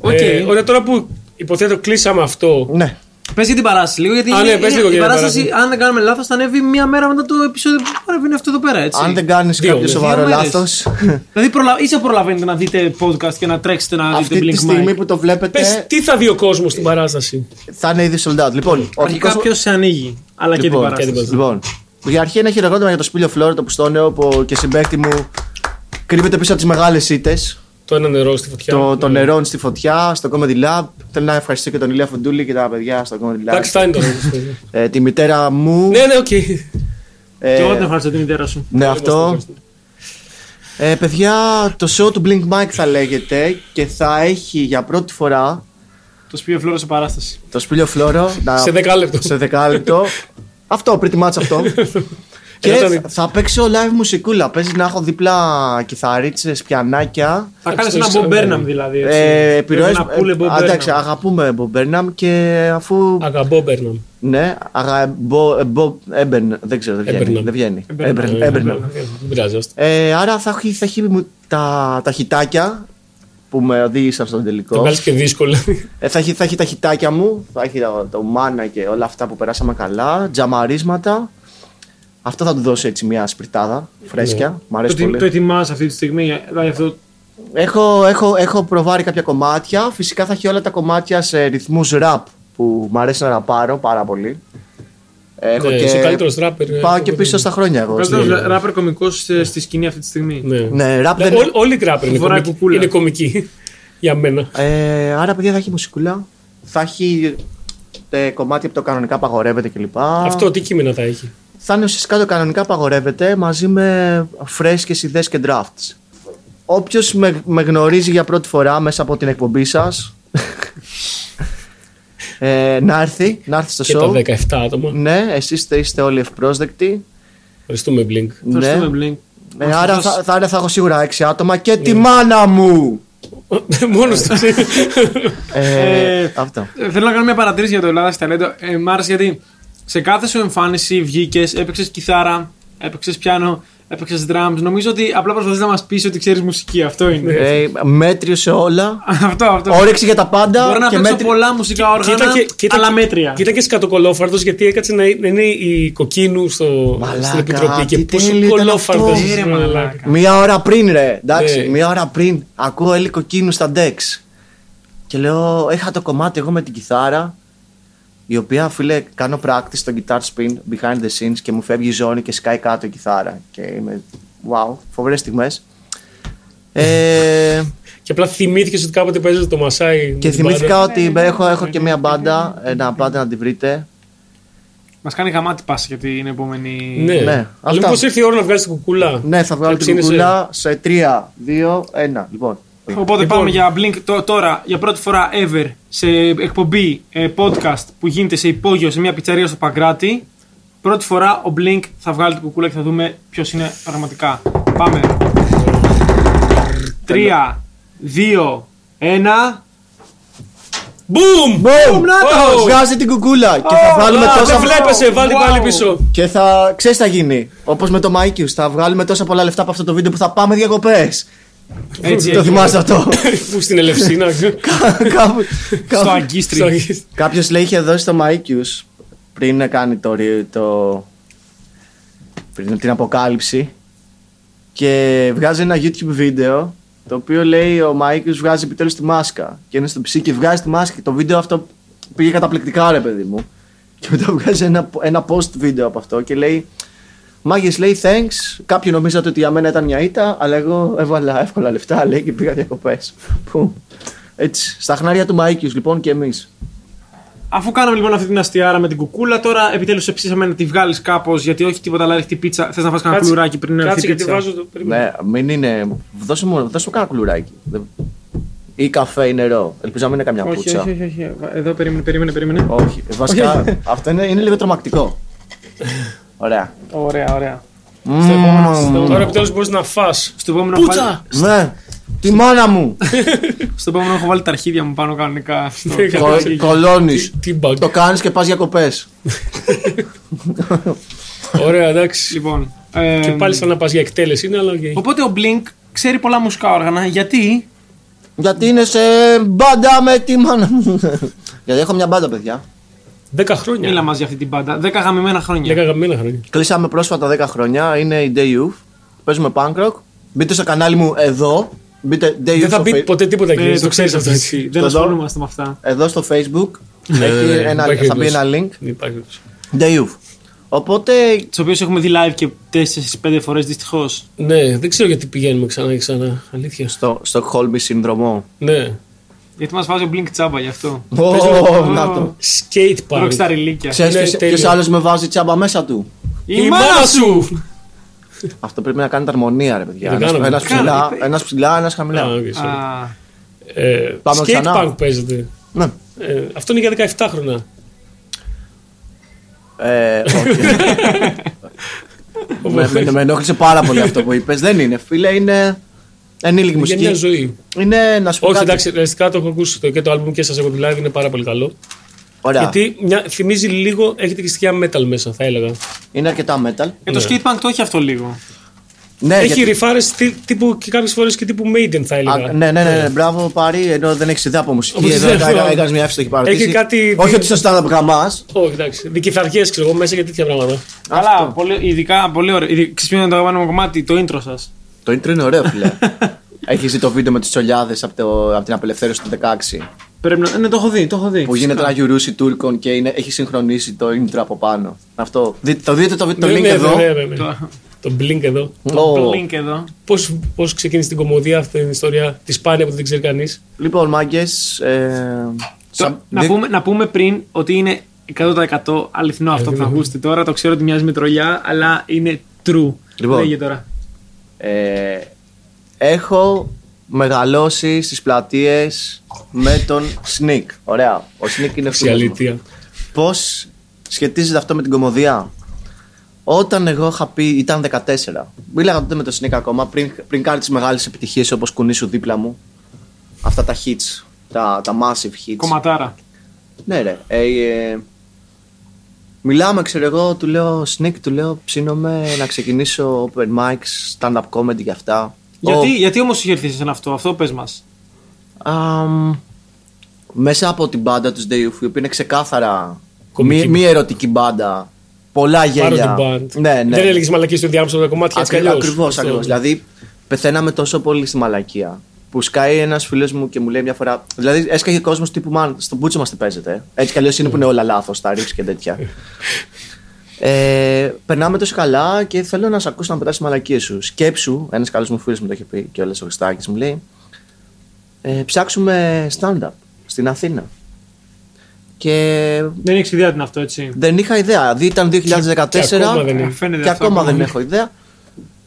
S3: Οκ.
S2: Ε, Ωραία, τώρα που υποθέτω κλείσαμε αυτό.
S1: Ναι.
S3: Πες για την παράσταση λίγο. Γιατί
S2: Α, ναι,
S3: είναι-
S2: πες
S3: είναι-
S2: λίγο
S3: η
S2: για την
S3: παράσταση, αν δεν κάνουμε λάθος, θα ανέβει μία μέρα μετά το επεισόδιο που παραβαίνει αυτό εδώ πέρα. Έτσι.
S1: Αν δεν κάνεις
S2: Δύο,
S1: κάποιο
S2: δύο
S1: σοβαρό
S3: μέρες.
S1: λάθος.
S3: Δηλαδή, προλα... ίσα προλαβαίνετε να δείτε podcast και να τρέξετε να
S1: Αυτή
S3: δείτε Blink
S1: τη στιγμή
S3: Mike.
S1: που το
S2: Πε
S1: βλέπετε
S2: τι θα δει ο κόσμος στην παράσταση.
S1: θα είναι ήδη sold out. Λοιπόν, ο
S3: Αρχικά
S1: δικός-
S3: ποιος σε ανοίγει, αλλά και την
S1: Λοιπόν,
S3: παράσταση.
S1: Λοιπόν, για αρχή ένα χειροκρότημα για το Σπίλιο Φλόρετο που στο νέο που και συμπέκτη μου κρύβεται πίσω από τις μεγάλες ήττες.
S2: Το ένα νερό στη φωτιά.
S1: Το, το
S2: Ναι.
S1: νερών στη φωτιά, στο Comedy Lab. Θέλω να ευχαριστήσω και τον Ηλία Φουντούλη και τα παιδιά στο Comedy Lab.
S2: Εντάξει, φτάνει τώρα.
S1: Ε, τη μητέρα μου.
S2: Ναι, ναι, οκ.
S1: ε,
S3: Και εγώ δεν ευχαριστώ τη μητέρα σου.
S1: Ναι, αυτό. Ε, παιδιά, το show του Blink Mike θα λέγεται και θα έχει για πρώτη φορά
S3: Το σπίτι φλόρο σε παράσταση.
S1: το σπήλιο φλόρο. να-
S2: Σε δεκάλεπτο.
S1: σε δεκάλεπτο. αυτό, pretty much αυτό. και
S2: Ένα
S1: θα,
S2: τσάνι.
S1: θα παίξω live μουσικούλα. Παίζει να έχω δίπλα κιθαρίτσες, πιανάκια.
S3: Θα
S2: Εντάξει,
S3: κάνει
S2: το
S3: ένα
S2: ξέρω,
S3: μπομπέρναμ
S2: ναι.
S3: δηλαδή. έτσι.
S1: Ε, επιρροές,
S3: Ένα πουλε
S1: ε,
S3: Bob Burnham.
S1: εντάξει, αγαπούμε Bob Burnham και αφού.
S2: Αγαπώ, Μπέρναμ.
S1: ναι, αγα, Bo- ε, Bob Eben, δεν ξέρω, δεν βγαίνει.
S2: Ebernam.
S1: Δεν βγαίνει.
S3: Ebernam.
S1: Ebernam. Ebernam.
S2: Ε, Δεν πειράζει. άστο.
S1: Ε, άρα θα έχει, θα έχει μου- τα, τα χιτάκια που με οδήγησαν στον
S2: Το
S1: τελικό.
S2: βγάλει και δύσκολα.
S1: Ε, θα, έχει, θα έχει τα χιτάκια μου, θα έχει το, το μάνα και όλα αυτά που περάσαμε καλά, τζαμαρίσματα. Αυτό θα του δώσει έτσι μια σπιρτάδα φρέσκια. Μ'
S3: Το,
S1: αρέσει
S3: τι-
S1: πολύ.
S3: το ετοιμάς αυτή τη στιγμή. Δηλαδή αυτό
S1: Έχω, έχω, έχω προβάρει κάποια κομμάτια. Φυσικά θα έχει όλα τα κομμάτια σε ρυθμούς rap που μου αρέσει να ραπάρω πάρα πολύ. Έχω
S2: Ναι,
S1: και...
S2: Είσαι ο ε, καλύτερο ράπερ.
S1: Πάω και πίσω στα χρόνια εγώ.
S3: Καλύτερο ράπερ κωμικός ε, στη σκηνή αυτή τη στιγμή.
S2: Ναι.
S1: Ναι, rap δεν...
S2: Ό- ό- Όλοι οι ράπερ είναι
S3: Φοράει
S2: κομικοί.
S3: κουκούλα.
S2: Είναι κομικοί. Για μένα.
S1: Ε, άρα, παιδιά, θα έχει μουσικούλα. Θα έχει ε, κομμάτια που το κανονικά απαγορεύεται κλπ.
S2: Αυτό τι κείμενα θα έχει.
S1: Θα είναι ουσιαστικά το κανονικά απαγορεύεται μαζί με φρέσκες ιδέες και drafts. Όποιος με, με γνωρίζει για πρώτη φορά μέσα από την εκπομπή σας. ε, να έρθει, να έρθει στο
S2: Και
S1: show.
S2: τα 17 άτομα.
S1: Ναι, εσείς είστε, είστε όλοι ευπρόσδεκτοι.
S2: Ευχαριστούμε, Blink.
S1: Ναι.
S3: Ευχαριστούμε, Blink.
S1: Ε, άρα θα, Ναι. θα, άρα θα έχω σίγουρα έξι άτομα και τη μάνα μου!
S2: Μόνο του.
S1: Ναι. Ε,
S3: Ε,
S1: αυτό.
S3: Ε, Θέλω να κάνω μια παρατήρηση για το Ελλάδα στη Ταλέντο. Ε, μ' άρεσε γιατί σε κάθε σου εμφάνιση βγήκες, έπαιξες κιθάρα, έπαιξες πιάνο, έπαιξες drums. Νομίζω ότι απλά προσπαθείς να μας πεις ότι ξέρεις μουσική. Αυτό είναι.
S1: Ε, μέτριο σε όλα.
S3: αυτό, αυτό.
S1: Όρεξη για τα πάντα.
S3: Μπορώ να
S1: και
S3: παίξω
S1: μέτρη-
S3: πολλά μουσικά όργανα, αλλά μέτρια.
S2: Κοίτα και σκατοκολόφαρδος γιατί έκατσε να είναι- να είναι η κοκκίνου στο,
S1: Μαλάκα,
S2: στην επιτροπή.
S1: τι
S2: Και
S1: τέλειο
S2: πόσο Ναι.
S1: ήταν
S2: κολόφαρδος.
S1: αυτό.
S3: Ε, ρε μαλάκα.
S1: Μία ώρα πριν, ρε. Εντάξει,
S2: Ναι.
S1: μία ώρα πριν. Ακούω Έλλη Κοκκίνου στα Dex. Και λέω, είχα το κομμάτι εγώ με την κιθάρα. Η οποία, φίλε, κάνω practice στο guitar spin behind the scenes και μου φεύγει η ζώνη και σκάει κάτω η κιθάρα. Και είμαι, wow, φοβερές στιγμές. Ε,
S2: Και απλά θυμήθηκες ότι κάποτε παίζεται το Μασάι. με
S1: και
S2: την
S1: θυμήθηκα
S2: μπάντα.
S1: ότι έχω, έχω και μία μπάντα. ε, να πάτε να τη βρείτε.
S3: Μας κάνει γαμάτι πάση για την επόμενη.
S2: Ναι.
S1: Ναι,
S2: Αλλά
S1: αυτά.
S2: μήπως ήρθε η ώρα να βγάλεις την κουκούλα.
S1: Ναι, θα βγάλω την
S2: Ψήνεσαι.
S1: κουκούλα σε 3, 2, 1. Λοιπόν.
S3: Οπότε πάμε για Blink τω- τώρα για πρώτη φορά ever σε εκπομπή ε, podcast που γίνεται σε υπόγειο σε μια πιτσαρία στο Παγκράτη. Πρώτη φορά ο Blink θα βγάλει την κουκούλα και θα δούμε ποιος είναι πραγματικά. Πάμε. 3, 2, 1.
S2: Μπούμ!
S1: Μπούμ!
S2: Νάτος!
S1: Βγάζει την κουκούλα και θα βγάλουμε
S2: Α,
S1: τόσα.
S2: Δεν βλέπεσαι, βάλει
S3: Wow.
S2: πάλι πίσω.
S1: Και θα ξέρεις τι θα γίνει. Όπως με το Μάικιους, θα βγάλουμε τόσα πολλά λεφτά από αυτό το βίντεο που θα πάμε διακοπές.
S3: Έτσι,
S1: Το θυμάστε αυτό.
S2: Που στην Ελευσίνα.
S3: στο αγκίστρι.
S1: Κάποιος λέει είχε δώσει το Μάικιους πριν να κάνει το, ρι- το. πριν την αποκάλυψη. Και βγάζει ένα YouTube βίντεο το οποίο λέει ο Μάικιους βγάζει επιτέλους τη μάσκα. Και είναι στο ψή και βγάζει τη μάσκα. Και το βίντεο αυτό πήγε καταπληκτικά, ρε παιδί μου. Και μετά βγάζει ένα, ένα post βίντεο από αυτό και λέει. Μάγε λέει thanks. Κάποιοι νομίζατε ότι για μένα ήταν μια ήττα, αλλά εγώ έβαλα εύκολα λεφτά, λέει και πήγα διακοπές. Έτσι. Στα χνάρια του Μάικιου λοιπόν και εμείς.
S3: Αφού κάναμε λοιπόν αυτή την αστιάρα με την κουκούλα, τώρα επιτέλους σε ψήσαμε να τη βγάλεις κάπως γιατί όχι τίποτα αλλά έχει την πίτσα. Θες να φας κανένα πλουράκι πριν έρθει
S2: Κάτσε
S3: η
S2: γιατί
S3: πίτσα.
S2: βάζω το. περίμενε.
S1: Ναι, μην είναι. Δώσε μου, δώσε μου κανένα κουλουράκι. Δεν- Ή καφέ ή νερό. Ελπίζω να μην είναι καμιά
S3: Όχι,
S1: πουτσα.
S3: όχι, όχι, όχι. Εδώ περίμενε, περίμενε, περίμενε.
S1: Όχι, βασικά αυτό είναι, είναι λίγο τρομακτικό. Ωραία.
S3: Ωραία, ωραία.
S1: Μμμ,
S3: Στο επόμενο, στο-
S2: Τώρα επιτέλους μπορείς να φας.
S3: Στο επόμενο, έχω
S2: Πούτσα!
S3: βάλει,
S1: Ναι, τη μάνα μου!
S3: στο επόμενο έχω βάλει τα αρχίδια μου πάνω κανονικά. στο-
S2: Είχα δώσει και-
S1: Κολώνεις.
S2: Τι- Τι μπαγκ.
S1: Το κάνεις και πας διακοπέ.
S2: Ωραία, εντάξει.
S3: λοιπόν. ε,
S2: Και πάλι σαν να πας για εκτέλεση είναι, αλλά οκ.
S3: Οπότε ο Blink ξέρει πολλά μουσικά όργανα γιατί.
S1: Γιατί είναι σε μπάντα με τη μάνα μου. Γιατί έχω μια μπάντα, παιδιά.
S2: 10 χρόνια.
S3: Μίλα μα για αυτή την πάντα. 10 γαμημένα χρόνια.
S2: 10 γαμμένα χρόνια.
S1: Κλείσαμε πρόσφατα 10 χρόνια. Είναι η Day Youth. Παίζουμε punk rock. Μπείτε στο κανάλι μου εδώ. Μπείτε Day Youth.
S2: Δεν θα
S1: στο
S2: πει
S1: Facebook.
S2: ποτέ τίποτα
S3: Ε,
S2: εκεί. Το ξέρει αυτό έτσι.
S3: Δεν
S1: Στο
S3: ασχολούμαστε με αυτά.
S1: Εδώ στο facebook έχει
S2: Ε,
S1: ένα,
S2: υπάρχει
S1: θα μπει
S2: περίπτωση.
S1: ένα link
S2: Δεν υπάρχει περίπτωση.
S1: Day Youth. Οπότε
S3: Τι οποίε έχουμε δει live και 4-5 φορές δυστυχώς.
S2: Ναι, δεν ξέρω γιατί πηγαίνουμε ξανά και ξανά. Αλήθεια.
S1: στο Στοκχόλμη σύνδρομο
S2: Ναι.
S3: Γιατί μας βάζει ο Blink τσάμπα γι' αυτό.
S1: Ω,
S3: Παίζουμε-
S1: να το.
S2: Skate park.
S3: Rockstar ηλίκια.
S2: Ναι,
S1: Ξέρεις ποιος-
S2: τέλειο.
S1: ποιος άλλος με βάζει τσάμπα μέσα του
S2: Η μάνα σου!
S1: Αυτό πρέπει να κάνετε αρμονία ρε παιδιά
S2: Δεν
S1: Ένας,
S2: κάναμε.
S1: ένας ψηλά, ένας ψηλά, ένας
S2: Α,
S1: χαμηλά
S2: οκ, sorry.
S3: Α,
S2: Ε,
S1: Ναι. Πάμε
S2: Skate
S1: ξανά.
S2: park παίζεται.
S1: Ναι
S2: Ε, Αυτό είναι για 17 χρόνια.
S1: Ε, όχι. με, με- με ενόχλησε πάρα πολύ αυτό που είπες Δεν είναι φίλε, είναι ενήλικη
S2: Για μια
S1: μουσική
S2: ζωή.
S1: Είναι να σου πω
S2: Όχι,
S1: κάτι
S2: εντάξει, ρεαλιστικά το έχω ακούσει το, και το album και σας έχω δει live είναι πάρα πολύ καλό.
S1: Ωραία,
S2: Γιατί μια, θυμίζει λίγο, έχετε και στοιχεία metal μέσα, θα έλεγα.
S1: είναι αρκετά metal
S3: ε,
S2: Ναι.
S3: το skate punk το έχει αυτό λίγο.
S1: Ναι,
S2: Έχει
S1: γιατί-
S2: ρηφάρε τύπου και κάποιες φορές και τύπου Maiden, θα
S1: Α,
S2: έλεγα.
S1: ναι, ναι, ναι, ναι, μπράβο Πάρη, ενώ δεν έχεις ιδέα από μουσική.
S2: Όπως
S1: Εδώ
S2: δεν ξέρω.
S1: έκανες μια εύστοχη παρατήρηση.
S2: Έχει κάτι-
S1: Όχι ότι στο stand-up γαμάς.
S2: Όχι, εντάξει. Δικηθαριέ, ξέρω εγώ, μέσα για τέτοια πράγματα.
S3: Αλλά πολύ, ειδικά πολύ ωραίο. Ειδι- Ξέρεις ποιο είναι το αγαπημένο μου κομμάτι, το intro σας.
S1: Το intro είναι ωραίο, φίλε. έχεις δει το βίντεο με του τσολιάδες από, το, από την απελευθέρωση του 16.
S3: Πρέπει να. Ναι, το έχω δει, το έχω δει.
S1: Που γίνεται ένα γιουρούσι Τούρκων και είναι, έχει συγχρονίσει το intro από πάνω. Αυτό. Δι, το δείτε το, βι- το
S2: Ναι,
S1: link
S2: ναι,
S1: εδώ.
S2: ναι, ναι, ναι.
S3: Το-
S2: Το blink εδώ.
S1: Ω.
S3: Το link εδώ.
S2: Πώς ξεκίνησε την κομμωδία αυτή την ιστορία τη πάνια που δεν ξέρει κανείς.
S1: Λοιπόν, ε, μάγκε.
S3: Το- να, πούμε, να πούμε πριν ότι είναι 100% αληθινό αυτό που θα ακούσετε τώρα. Το ξέρω ότι μοιάζει με τρολιά, αλλά είναι true.
S1: Λοιπόν.
S3: Λέγε τώρα.
S1: Ε, έχω μεγαλώσει στις πλατείες με τον Sneak. Ωραία. Ο Sneak είναι
S2: Η
S1: φίλος μου.
S2: αλήθεια.
S1: Πώς σχετίζεται αυτό με την κομμωδία. Όταν εγώ είχα πει, ήταν 14. Μίλαγα τότε με τον Sneak ακόμα πριν, πριν κάνει τις μεγάλες επιτυχίες όπως κουνήσου δίπλα μου. Αυτά τα hits, τα, τα massive hits.
S3: Κομματάρα.
S1: Ναι, ρε. Ε, ε, μιλάμε, ξέρω εγώ, του λέω sneak, του λέω ψήνομαι να ξεκινήσω open mics, stand-up comedy και αυτά.
S3: Γιατί, γιατί όμως είχε έρθει σε αυτό, αυτό πες μας.
S1: Ο- αμ, μέσα από την μπάντα τους Day of Hope είναι ξεκάθαρα
S2: Κομική.
S1: μη, μη ερωτική μπάντα. Πολλά
S2: Πάρω την
S1: γέλια.
S2: band.
S1: Ναι, ναι.
S2: Δεν έλεγες μαλακή στο διάμεσο τα κομμάτια. έτσι κι αλλιώς.
S1: Ακριβώς,
S2: Αυτό.
S1: ακριβώς. Δηλαδή, πεθαίναμε τόσο πολύ στη μαλακία. Που σκάει ένας φίλος μου και μου λέει μια φορά. Δηλαδή, έσκαγε κόσμος τύπου Μαν, στον πούτσο μας τι παίζετε. ε». Έτσι κι αλλιώς είναι που είναι όλα λάθος, τα ρίξ και τέτοια. Ε, περνάμε τόσο καλά και θέλω να σε ακούσω να πετάσει μαλακίε σου. Σκέψου, ένας καλός μου φίλος μου το έχει πει και ο Χριστάκης μου λέει. Ε, ψάξουμε stand-up στην Αθήνα. Και
S3: Δεν έχεις ιδέα τι είναι αυτό, έτσι.
S1: δεν είχα ιδέα. Δηλαδή ήταν 2014
S2: Και ακόμα δεν είναι.
S3: Φαίνεται
S1: και
S3: αυτό
S1: ακόμα
S3: ακόμα.
S1: δεν έχω ιδέα.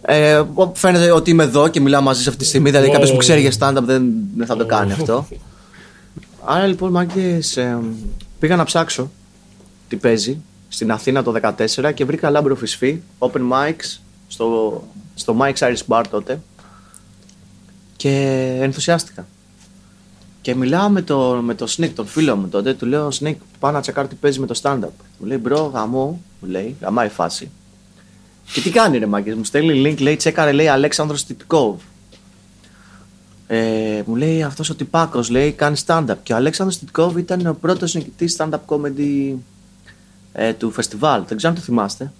S1: Ε, φαίνεται ότι είμαι εδώ και μιλάω μαζί σε αυτή τη στιγμή. Δηλαδή
S2: Wow.
S1: κάποιος που ξέρει για stand-up δεν, δεν θα το κάνει
S2: Oh.
S1: αυτό. Άρα λοιπόν, μάγκες, πήγα να ψάξω τι παίζει στην Αθήνα το 2014 και βρήκα λάμπρο φυσφή, open mics, στο, στο Mike's Irish Bar τότε και ενθουσιάστηκα. Και μιλάω με τον με το Sneak, τον φίλο μου τότε, του λέω Sneak, πάω να τσακάρω τι παίζει με το stand-up. Μου λέει μπρο, γαμό, μου λέει, γαμάει η φάση. Και τι κάνει ρε μάγκες, μου στέλνει link, λέει τσέκαρε, λέει Αλέξανδρος Τιτικόβ. Ε, μου λέει αυτός ο τυπάκο, λέει κάνει stand-up. Και ο Αλέξανδρος Τιτκόβ ήταν ο πρώτος νικητής stand-up comedy ε, του φεστιβάλ. Δεν ξέρω αν το θυμάστε.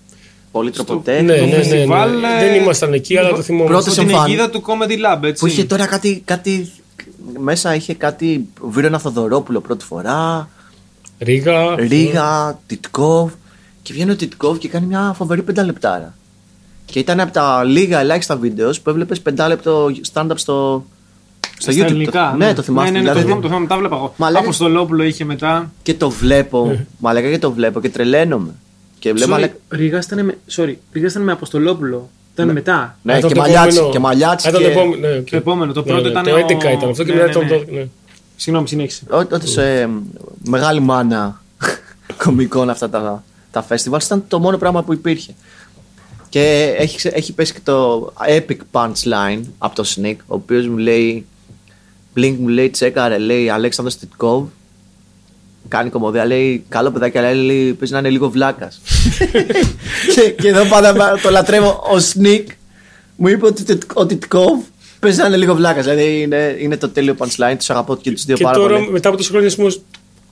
S1: Πολύ τροποτέ.
S2: Ναι, ναι, ναι,
S3: φεστιβάλ,
S2: ναι.
S3: ε,
S2: Δεν ήμασταν εκεί, αλλά το θυμόμαστε.
S1: Πρώτος
S3: Υπό την
S1: εμφάνι-
S3: αιγίδα του Comedy Lab, έτσι.
S1: Που είχε τώρα κάτι. κάτι μέσα είχε κάτι. Βίρονα Θοδωρόπουλο πρώτη φορά.
S2: Ρίγα.
S1: Ρίγα, Τιτκόβ. Και βγαίνει ο Τιτκόβ και κάνει μια φοβερή πενταλεπτάρα. Και ήταν από τα λίγα ελάχιστα βίντεος που έβλεπες πεντάλεπτο stand-up στο, στο
S3: Στα
S1: YouTube.
S3: ελληνικά,
S1: Το- ναι, το θυμάστε.
S3: Ναι, ναι, ναι,
S1: δηλαδή,
S3: το θυμάμαι, το θυμάμαι, τα βλέπα εγώ.
S1: Μα λέγε-
S3: Αποστολόπουλο είχε μετά.
S1: Και το
S2: Ναι.
S1: βλέπω. Μαλακά και το βλέπω και τρελαίνομαι. Και βλέπω.
S3: Sorry,
S1: μαλακα-
S3: Ρίγας ήταν με- sorry, Ρίγας ήταν με Αποστολόπουλο. Ήταν μετά.
S1: Ναι,
S2: Ήταν
S1: και
S2: το
S1: μαλλιάτσι.
S2: επόμενο.
S1: Και μαλλιάτσι.
S2: Ήταν το
S1: και-
S2: επόμενο. ναι, οκ.
S3: Το επόμενο, το
S2: Ναι,
S3: πρώτο
S2: ναι,
S3: ήταν
S2: Το
S3: ο-
S2: 11 ήταν αυτό και
S3: Ναι,
S2: μετά
S3: ναι,
S2: ήταν
S3: ναι.
S2: το 12. ναι.
S3: Συγγνώμη, συνέχισε.
S1: Ό- Ότι σε μεγάλη μάνα κομικών αυτά τα, τα festivals ήταν το μόνο πράγμα που υπήρχε. Και έχει, ξε- έχει πέσει και το epic punchline από το Sneak, ο οποίος μου λέει Blink μου λέει τσέκαρε, λέει Αλέξανδρος Τιτκόβ κάνει κομμωδία, λέει καλό παιδάκι, αλλά λέει, παίζει να είναι λίγο βλάκας. και, και εδώ πάντα το λατρεύω, ο Σνίκ μου είπε ότι Τιτ- ο Τιτκόβ παίζει να είναι λίγο βλάκας, δηλαδή είναι, είναι το τέλειο punchline, τους αγαπώ και τους δύο
S2: Και
S1: πάρα
S2: τώρα
S1: πολύ.
S2: μετά από τόσα χρόνια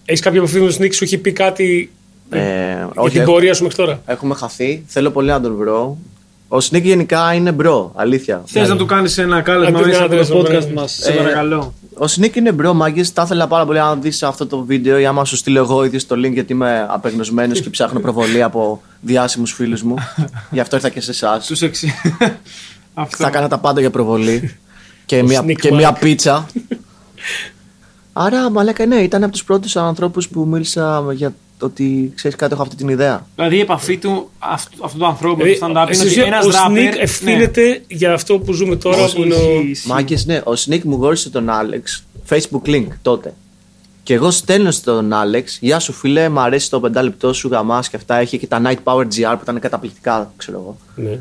S2: έχει κάποια επαφή με τον Σνίκ, σου έχει πει κάτι
S1: Ε,
S2: για
S1: όχι,
S2: την
S1: έχ-
S2: πορεία σου μέχρι τώρα.
S1: έχουμε χαθεί. Θέλω πολύ να τον βρω. Ο Σνίκ γενικά είναι μπρο, αλήθεια.
S3: Θες να του κάνεις ένα κάλεσμα
S2: Αντί να
S3: μέσα από
S2: δες,
S3: το podcast
S2: μπράβο.
S3: μας, σε
S1: Ε,
S3: παρακαλώ.
S1: Ο Σνίκ είναι μπρο, μάγκες. Τα ήθελα πάρα πολύ να δεις αυτό το βίντεο ή άμα σου στείλω εγώ ίδιο το link γιατί είμαι απεγνωσμένος και ψάχνω προβολή από διάσημους φίλους μου. Γι' αυτό ήρθα και σε εσάς.
S3: Τους εξή. Αυτό.
S1: Θα έκανα τα πάντα για προβολή. και, μια,
S2: Sneak
S1: και
S2: Mark.
S1: μια πίτσα. Άρα, μαλάκα, ναι, ήταν από τους πρώτους ανθρώπους που μίλησα για το ότι ξέρεις κάτι, έχω αυτή την ιδέα.
S3: Δηλαδή η επαφή του αυτού, αυτού του ανθρώπου με
S2: Δηλαδή,
S3: το stand-up είναι
S2: στην
S3: ότι ναι.
S2: ουσία,
S3: ένας
S2: ο Σνίκ
S3: ράπερ.
S2: ευθύνεται για αυτό που ζούμε τώρα. που είναι ο-
S1: Μάγκε, ναι, ο Σνίκ μου γνώρισε τον Άλεξ Facebook link τότε. Και εγώ στέλνω στον Άλεξ, Γεια σου φίλε, μου αρέσει το πεντάλεπτό σου γαμάς και αυτά. Είχε και τα Night Power GR που ήταν καταπληκτικά, ξέρω εγώ.
S2: Ναι.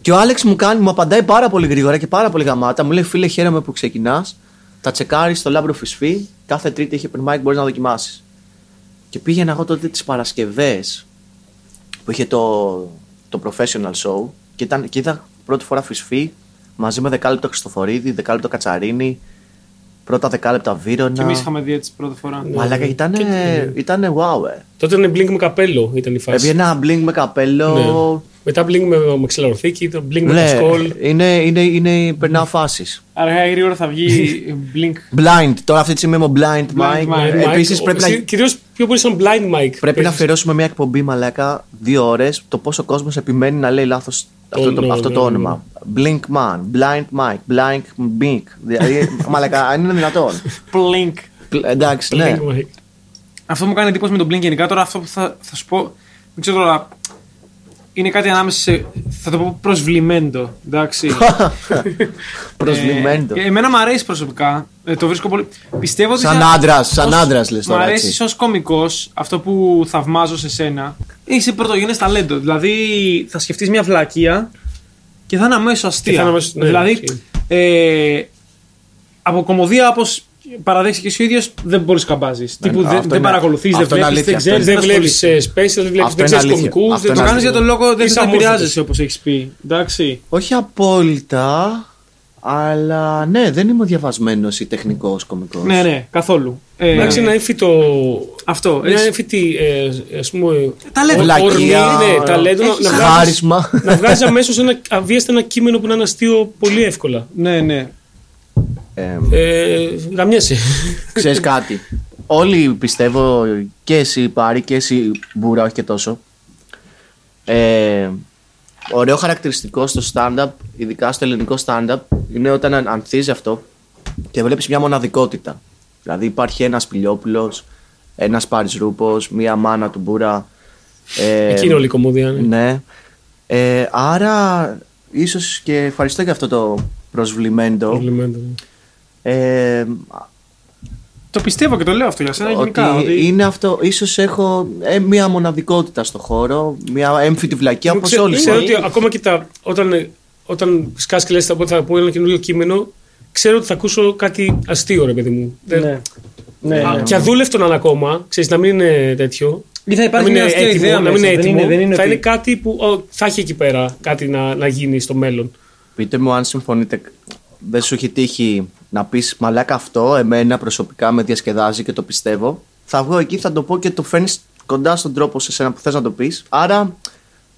S1: Και ο Άλεξ μου, κάνει, μου απαντάει πάρα πολύ γρήγορα και πάρα πολύ γαμάτα. Μου λέει: Φίλε, χαίρομαι που ξεκινάς. Τα τσεκάρει στο Λάμπρο Φυσφή. Κάθε Τρίτη έχει open mic, μπορείς να δοκιμάσεις. Και πήγαινα εγώ τότε τις Παρασκευές που είχε το, το professional show και, ήταν, και είδα πρώτη φορά Φυσφή μαζί με δεκάλεπτο Χριστοφορίδη, δεκάλεπτο Κατσαρίνη, πρώτα δεκάλεπτα
S3: Και εμείς
S1: Βύρονα.
S3: είχαμε Ναι. δει έτσι πρώτη φορά.
S1: Μαλάκα, ήταν, ήταν wow, ε.
S2: Τότε ήταν Blink με καπέλο ήταν η φάση.
S1: Έβγαινα μπλινγκ με καπέλο.
S2: Ναι. Μετά Blink με, με ξυλαορθήκη, ήταν Blink με
S1: Ναι,
S2: κασκόλ.
S1: είναι, είναι, είναι, περνάω φάσεις.
S3: Αργά ή ε, γρήγορα θα βγει Blink.
S1: Blind. Τώρα αυτή τη στιγμή είμαι ο Blind
S3: Blind
S1: Mike.
S3: Mike.
S2: Ε,
S1: Επίσης πρέπει, να,
S2: Κυρίως πιο πολύ σαν blind mic.
S1: πρέπει να
S2: παίζεις.
S1: αφιερώσουμε μια εκπομπή μαλάκα δύο ώρες το πόσο κόσμος επιμένει να λέει λάθος αυτό, το,
S2: ναι,
S1: αυτό
S2: ναι,
S1: το
S2: ναι.
S1: όνομα. Blink Man, Blind Mike, Blind Bink. Δηλαδή, μαλάκα, αν είναι δυνατόν.
S3: Blink.
S1: Πλ- Εντάξει, ναι.
S2: Blink mic.
S3: Αυτό μου κάνει εντύπωση με τον Blink γενικά. Τώρα αυτό που θα, θα σου πω. Δεν ξέρω τώρα. Είναι κάτι ανάμεσα σε. Θα το πω προσβλημέντο. Εντάξει.
S1: Προσβλημένο.
S3: Ε, και εμένα μου αρέσει προσωπικά. Ε, το βρίσκω πολύ. Πιστεύω ότι.
S1: Σαν
S3: θα-
S1: άντρας, σαν
S3: ως-
S1: άντρας λες τώρα,
S3: Μ'
S1: έτσι.
S3: αρέσει ως κωμικός αυτό που θαυμάζω σε σένα. Είσαι πρωτογενέ ταλέντο. Δηλαδή θα σκεφτείς μια βλακεία και θα είναι αμέσως αστεία.
S2: Και θα είναι αμέσως- ναι,
S3: δηλαδή.
S2: ισχύει.
S3: Ε, από κομμωδία όπως παραδέχεσαι και εσύ ο ίδιος δεν μπορείς να καμπάζει. Τύπου
S1: Ναι, αυτό
S3: δεν, δεν
S1: είναι-
S3: παρακολουθείς,
S1: αυτό
S3: δεν
S1: είναι
S3: βλέπεις,
S1: αλήθεια,
S3: δεν
S1: αυτό
S3: ξέρει,
S2: Δεν
S3: δεν
S2: βλέπει
S3: βλέπει.
S2: space, δεν βλέπεις
S1: Αυτό είναι αλήθεια.
S2: κωμικού.
S1: Αυτό
S2: Δεν
S1: είναι
S3: Το κάνεις για
S1: αλήθεια.
S3: τον λόγο δεν
S2: Είσαι
S3: θα
S2: αμόρφωτος.
S3: επηρεάζεσαι όπως έχεις πει. Εντάξει.
S1: Όχι απόλυτα, αλλά ναι, δεν είμαι διαβασμένος ή τεχνικός κωμικό.
S3: Ναι, ναι, καθόλου. Ε,
S2: Εντάξει, ένα έμφυτο.
S3: Αυτό.
S2: Μια
S3: έχεις-
S2: έμφυτη. ε, ας πούμε.
S3: Ταλέντο.
S2: ο-
S1: Βλακεία,
S2: ορμή, ναι, ταλέντο. να- να βγάζεις-
S1: Χάρισμα.
S2: Να βγάζει αμέσως ένα αβίαστα ένα κείμενο που να είναι αστείο πολύ εύκολα.
S3: Ναι, ναι.
S1: Ε,
S2: Ε, γαμιέσαι.
S1: Ξέρεις κάτι. Όλοι πιστεύω και εσύ Πάρη και εσύ Μπούρα, όχι και τόσο. ε, ωραίο χαρακτηριστικό στο stand-up, ειδικά στο ελληνικό stand-up, είναι όταν αν- ανθίζει αυτό και βλέπεις μια μοναδικότητα. Δηλαδή υπάρχει ένας Πιλιόπουλος, ένας Πάρης Ρούπος, μια μάνα του Μπούρα. Ε,
S2: Εκεί είναι όλη η κομμωδία. ναι.
S1: ναι. Ε, άρα, ίσως και ευχαριστώ για αυτό το προσβλημέντο.
S2: Κομπλιμέντο, ναι.
S1: Ε,
S3: Το πιστεύω και το λέω αυτό για σένα γενικά.
S1: ότι
S3: Ότι...
S1: είναι αυτό, ίσως έχω ε, μια μοναδικότητα στο χώρο, μια έμφυτη βλακεία όπως
S2: Ξέρω-
S1: όλοι
S2: Ξέρω
S1: μας.
S2: ότι ακόμα και τα, όταν, ε, όταν σκάς και λες θα, πω- θα πω ένα καινούριο κείμενο, ξέρω ότι θα ακούσω κάτι αστείο, ρε παιδί μου. Δεν-
S3: Ναι. Ναι.
S2: Α, Και αδούλευτο να είναι ακόμα, ξέρεις, να μην είναι τέτοιο.
S4: ναι.
S3: Ή θα
S2: Να
S3: Ναι, υπάρχει
S2: μην
S3: μια
S2: είναι
S3: αστεία
S2: έτοιμο,
S3: ιδέα
S2: να μην
S3: μέσα.
S2: είναι
S3: Δεν
S2: έτοιμο.
S3: είναι, δεν είναι
S2: θα
S3: ότι-
S2: είναι κάτι που ο, θα έχει εκεί πέρα κάτι να, να γίνει στο μέλλον.
S1: Πείτε μου αν συμφωνείτε. Δεν σου έχει τύχει να πεις μαλάκα αυτό, εμένα προσωπικά με διασκεδάζει και το πιστεύω. Θα βγω εκεί, θα το πω και το φέρνεις κοντά στον τρόπο σε σένα που θες να το πεις. Άρα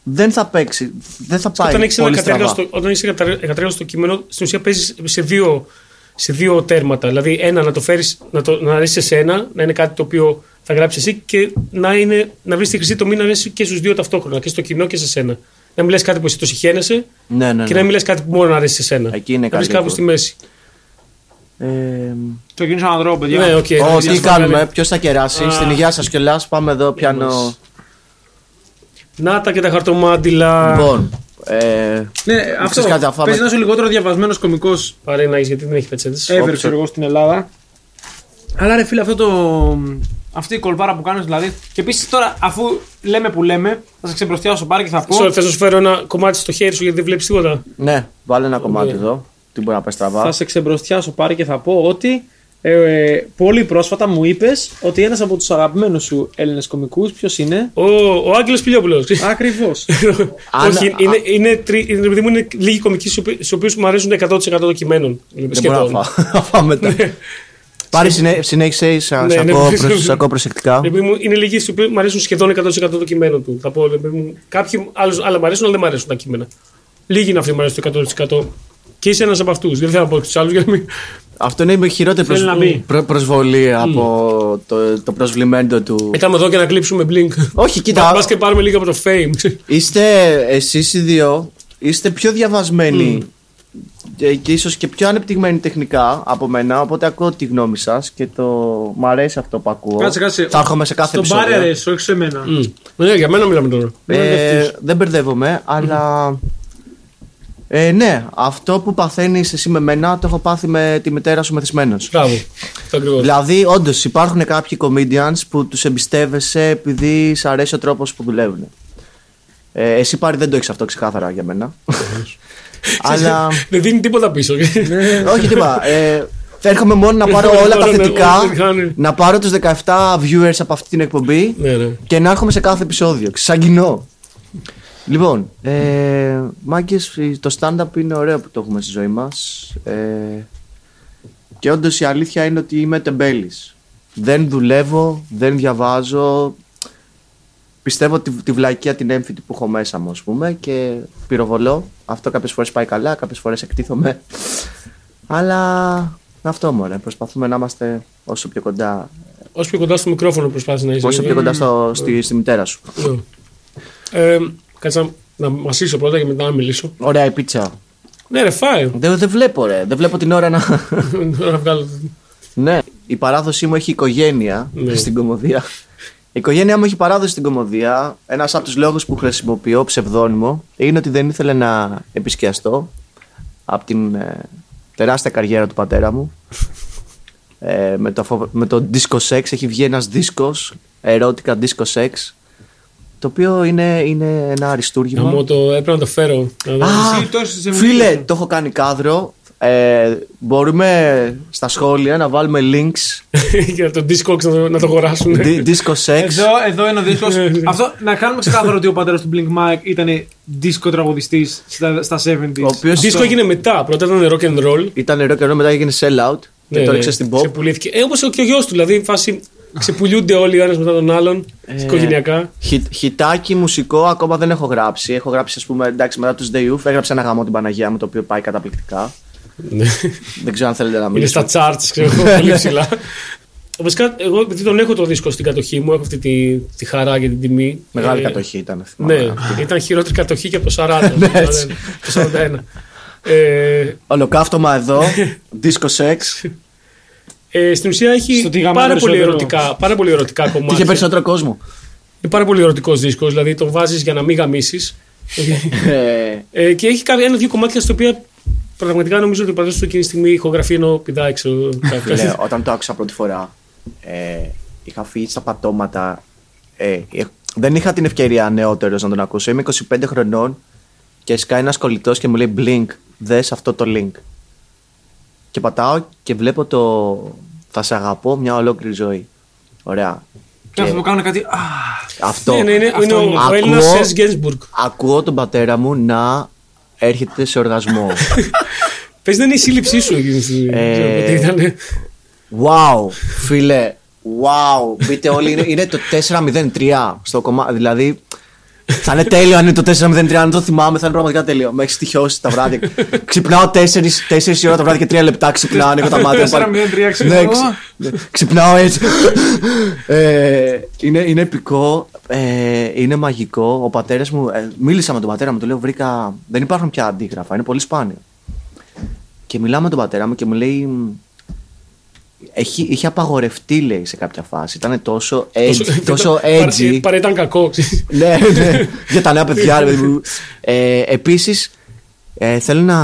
S1: δεν θα παίξει, δεν θα πάει
S2: Όταν έχεις ένα
S1: πολύ στραβά.
S2: κατέργαστο- Όταν είσαι κατρέγαστο κείμενο, στην ουσία παίζεις σε δύο, σε δύο τέρματα. Δηλαδή, ένα να το φέρεις, να, το, να αρέσει σε ένα, να είναι κάτι το οποίο θα γράψεις εσύ και να, είναι, να βρεις τη χρυσή τομή να αρέσει και στους δύο ταυτόχρονα, και στο κοινό και σε σένα. Να μιλά κάτι που εσύ το συχαίνεσαι
S1: Ναι, ναι,
S2: και να
S1: ναι.
S2: μιλά κάτι που μόνο να αρέσει σε σένα.
S1: Εκεί είναι
S2: να βρεις
S1: καλύτερο.
S2: κάπου στη μέση.
S1: Ε,
S3: Το γίνεις έναν δρόμο, παιδιά.
S2: Ναι, οκ.
S1: Ω,
S2: να
S1: τι
S2: βγάλει.
S1: κάνουμε, ποιος θα κεράσει,
S2: Α.
S1: στην υγεία σας κιόλας. Πάμε εδώ, πιάνω.
S2: Να τα και τα χαρτομάτιλα.
S1: Λοιπόν, ε,
S3: Ναι, αυτό.
S1: Ξέρεις κάτι, θα φάμε-
S3: Παίζει να είσαι λιγότερο διαβασμένος κωμικός
S2: Πάρε ένα εις, γιατί δεν έχει πετσέτες.
S3: ever, ξέρω εγώ, στην Ελλάδα. Αλλά ρε φίλε, αυτό το. Αυτή η κολπάρα που κάνεις δηλαδή. Και επίσης τώρα, αφού λέμε που λέμε, θα σε ξεμπροστιάσω πάρει και θα πω.
S2: Θε να σου φέρω ένα κομμάτι στο χέρι σου γιατί δεν βλέπεις τίποτα.
S1: ναι, βάλε ένα κομμάτι εδώ. Τι μπορεί να πας στραβά.
S4: Θα σε ξεμπροστιάσω πάρει και θα πω ότι ε, ε, πολύ πρόσφατα μου είπες ότι ένας από τους αγαπημένους σου Έλληνες κωμικού ποιος είναι.
S2: Ο, ο Άγγελος Πιλιόπουλος.
S4: Ακριβώς.
S1: Αν-
S2: Όχι, είναι, είναι, τρι, είναι, επειδή μου είναι λίγοι κομικοί στους οποίου μου αρέσουν 100% των κειμένων.
S1: Δεν μπορώ να
S2: Σχεδόν.
S1: φάω. Θα φάω μετά. Πάρε συνέ- συνέχισε, σα-
S2: Ναι,
S1: σε
S2: ναι,
S1: ακούω
S2: ναι.
S1: προσ- σε ακούω προσεκτικά.
S2: Επειδή μου είναι λίγοι στους οποίους μου αρέσουν σχεδόν 100% των κειμένων του. Θα πω, ρε παιδί μου, κάποιοι άλλους, άλλα μου αρέσουν, αλλά δεν μου αρέσουν τα κείμενα. Λίγοι είναι αυτοί που μου αρέσουν το 100%. Και είσαι ένας από αυτούς. Δεν θέλω να πω τους άλλους για να μην.
S1: Αυτό είναι η χειρότερη προσ-
S3: να μπει.
S1: προ- προσβολή από το, το προσβλημέντο του.
S2: Ήταν εδώ και να κλείψουμε blink.
S1: Όχι, κοίτα.
S2: Μπα και πάρουμε λίγο από το fame.
S1: Είστε εσείς οι δύο, είστε πιο διαβασμένοι και, και ίσως και πιο ανεπτυγμένοι τεχνικά από μένα, οπότε ακούω τη γνώμη σας και το μ' αρέσει αυτό που ακούω.
S3: Κάτσε, κάτσε.
S1: Θα έρχομαι σε κάθε
S3: Στον πάρε
S1: επεισόδιο.
S3: αρέσει, όχι σε μένα.
S2: Μμ. Ναι, για μένα μιλάμε τώρα.
S1: Ε, δεν μπερδεύομαι, αλλά... Ε, ναι, αυτό που παθαίνεις εσύ με μένα το έχω πάθει με τη μητέρα σου μεθυσμένος.
S2: Μπράβο. Αυτό ακριβώς.
S1: Δηλαδή, όντως υπάρχουν κάποιοι comedians που τους εμπιστεύεσαι επειδή σ' αρέσει ο τρόπος που δουλεύουν. Ε, εσύ πάρει δεν το έχεις αυτό ξεκάθαρα για μένα. Αλλά.
S2: Δεν δίνει τίποτα πίσω.
S1: όχι, τίποτα. Ε, θα έρχομαι μόνο να πάρω όλα τα
S2: Όλα, ναι,
S1: θετικά,
S2: όλα κάνει.
S1: να πάρω τους 17 viewers από αυτή την εκπομπή
S2: Ναι, ναι.
S1: και να έρχομαι σε κάθε επεισόδιο. Σαν κοινό. Λοιπόν, ε, μάγκες, το stand-up είναι ωραίο που το έχουμε στη ζωή μας. Ε, και όντως η αλήθεια είναι ότι είμαι τεμπέλης. Δεν δουλεύω, δεν διαβάζω. Πιστεύω τη, τη βλακεία την έμφυτη που έχω μέσα μου, ας πούμε, και πυροβολώ. Αυτό κάποιες φορές πάει καλά, κάποιες φορές εκτίθομαι. Αλλά αυτό μωρέ. Προσπαθούμε να είμαστε όσο πιο κοντά,
S2: Όσο πιο κοντά στο μικρόφωνο προσπάθησε να είσαι.
S1: όσο πιο κοντά στο, στη, στη μητέρα σου.
S2: Ναι. Ε, κάτσε να, να μασίσω πρώτα και μετά να μιλήσω.
S1: Ωραία η πίτσα.
S2: Ναι, ρε, φάει.
S1: Δεν, δεν βλέπω, ρε. Δεν βλέπω την ώρα να.
S2: να βγάλω.
S1: ναι. Η παράδοσή μου έχει οικογένεια
S2: Ναι.
S1: στην κομμωδία. Η οικογένειά μου έχει παράδοση στην κομμωδία. Ένας από τους λόγους που χρησιμοποιώ ψευδόνυμο είναι ότι δεν ήθελε να επισκιαστώ από την ε, τεράστια καριέρα του πατέρα μου. Ε, με, το, φο- με το disco sex έχει βγει ένας δίσκος, ερώτηκα disco sex, το οποίο είναι, είναι ένα αριστούργημα.
S2: Να μου το έπρεπε να το φέρω. Να δω.
S1: Α,
S3: Εσύ το έχεις σε
S1: Φίλε,
S3: μουσική.
S1: το έχω κάνει κάδρο. Ε, μπορούμε στα σχόλια να βάλουμε links
S2: για τον Discogs να το, να το αγοράσουν.
S1: di- disco sex.
S3: Εδώ, εδώ είναι ο δίσκος.
S2: Ναι, ναι.
S3: Αυτό να κάνουμε ξεκάθαρο ότι ο πατέρας του Blink Mike ήταν δίσκο τραγουδιστής στα, στα 70s.
S1: ο οποίος
S2: Disco έγινε μετά. Πρώτα ήταν rock and roll.
S1: ήταν νερό καιρό, μετά έγινε sell out. και
S2: Ναι,
S1: το
S2: ναι.
S1: ρίξε στην pop.
S2: Ξεπουλήθηκε. Ε, όπως και ο γιος του. Δηλαδή, η φάση ξεπουλούνται όλοι ο ένας μετά τον άλλον.
S1: Ε,
S2: Οικογενειακά.
S1: Χι, χιτάκι μουσικό ακόμα δεν έχω γράψει. Έχω γράψει, ας πούμε, εντάξει, μετά τους Day Off έγραψα ένα γαμό την Παναγία μου το οποίο πάει καταπληκτικά.
S2: Ναι.
S1: δεν ξέρω αν θέλετε να
S2: Είναι
S1: μιλήσω. Ναι.
S2: στα charts, ξέρω εγώ, πολύ ψηλά. Βασικά, εγώ επειδή τον έχω το δίσκο στην κατοχή μου, έχω αυτή τη, τη χαρά και την τιμή.
S1: Μεγάλη
S2: Ε,
S1: κατοχή ήταν.
S2: Ναι,
S1: θυμάμαι.
S2: ήταν χειρότερη κατοχή και από το 40.
S1: Ναι,
S2: το
S1: έτσι.
S2: 41. Ε,
S1: Ολοκαύτωμα εδώ, disco sex.
S2: ε, στην ουσία έχει
S4: Στο τι γαμάει
S2: πάρα πολύ,
S4: περισσότερο.
S2: ερωτικά, πάρα πολύ ερωτικά κομμάτια.
S1: Είχε περισσότερο κόσμο.
S2: Είναι πάρα πολύ ερωτικός δίσκος, δηλαδή τον βάζεις για να μην γαμίσεις.
S1: Ε,
S2: Ε, και έχει κάποια- ένα-δύο κομμάτια στα οποία πραγματικά νομίζω ότι ο πατέρας του εκείνη τη στιγμή ηχογραφεί ενώ πηδάει, ξέρω. κάτι.
S1: Φίλε, όταν το άκουσα πρώτη φορά, ε, είχα φύγει στα πατώματα. Ε, ε, δεν είχα την ευκαιρία νεότερος να τον ακούσω. Είμαι 25 χρονών και σκάει ένας κολλητός και μου λέει Blink, δες αυτό το link. Και πατάω και βλέπω το Θα σε αγαπώ μια ολόκληρη ζωή. Ωραία.
S3: Και αυτό που κάνουν κάτι. Α,
S1: Αυτό.
S2: Ναι, ναι, είναι,
S3: Αυτό
S2: είναι ο,
S3: είναι.
S2: ο Έλληνας
S1: Ακούω-
S2: Σεν Γκένσμπουργκ.
S1: Ακούω τον πατέρα μου να έρχεται σε οργασμό.
S2: Πες να είναι η σύλληψή σου εκείνη τη στιγμή.
S1: Ε,
S2: Ξέρω πότε ήτανε.
S1: wow, φίλε. Wow. Μπείτε όλοι. Είναι, είναι το 4-0-3 στο κομμάτι. Δηλαδή. Θα είναι τέλειο αν είναι το 4-0-3. Αν το θυμάμαι, θα είναι πραγματικά τέλειο. Με έχεις τυχιώσει τα βράδια. Ξυπνάω 4, 4 η ώρα το βράδυ και 3 λεπτά ξυπνάω. Ανοίγω τα μάτια.
S3: 4-0-3 ξυπνάω.
S1: Ναι, ξυ- ναι, Ξυπνάω έτσι. Ε, είναι, είναι επικό. ε, είναι μαγικό. Ο πατέρας μου. ε, μίλησα με τον πατέρα μου. Του λέω: Βρήκα. Δεν υπάρχουν πια αντίγραφα. Είναι πολύ σπάνιο. Και μιλάμε με τον πατέρα μου και μου λέει. «Μ, Έχει, είχε απαγορευτεί, λέει, σε κάποια φάση. Ήταν τόσο edgy. τόσο
S2: παρα-
S1: edgy.
S2: παρα ήταν κακό. ξέρεις.
S1: ναι, ναι. Για τα νέα παιδιά, ρε παιδί μου. Ε, Επίσης, θέλω να.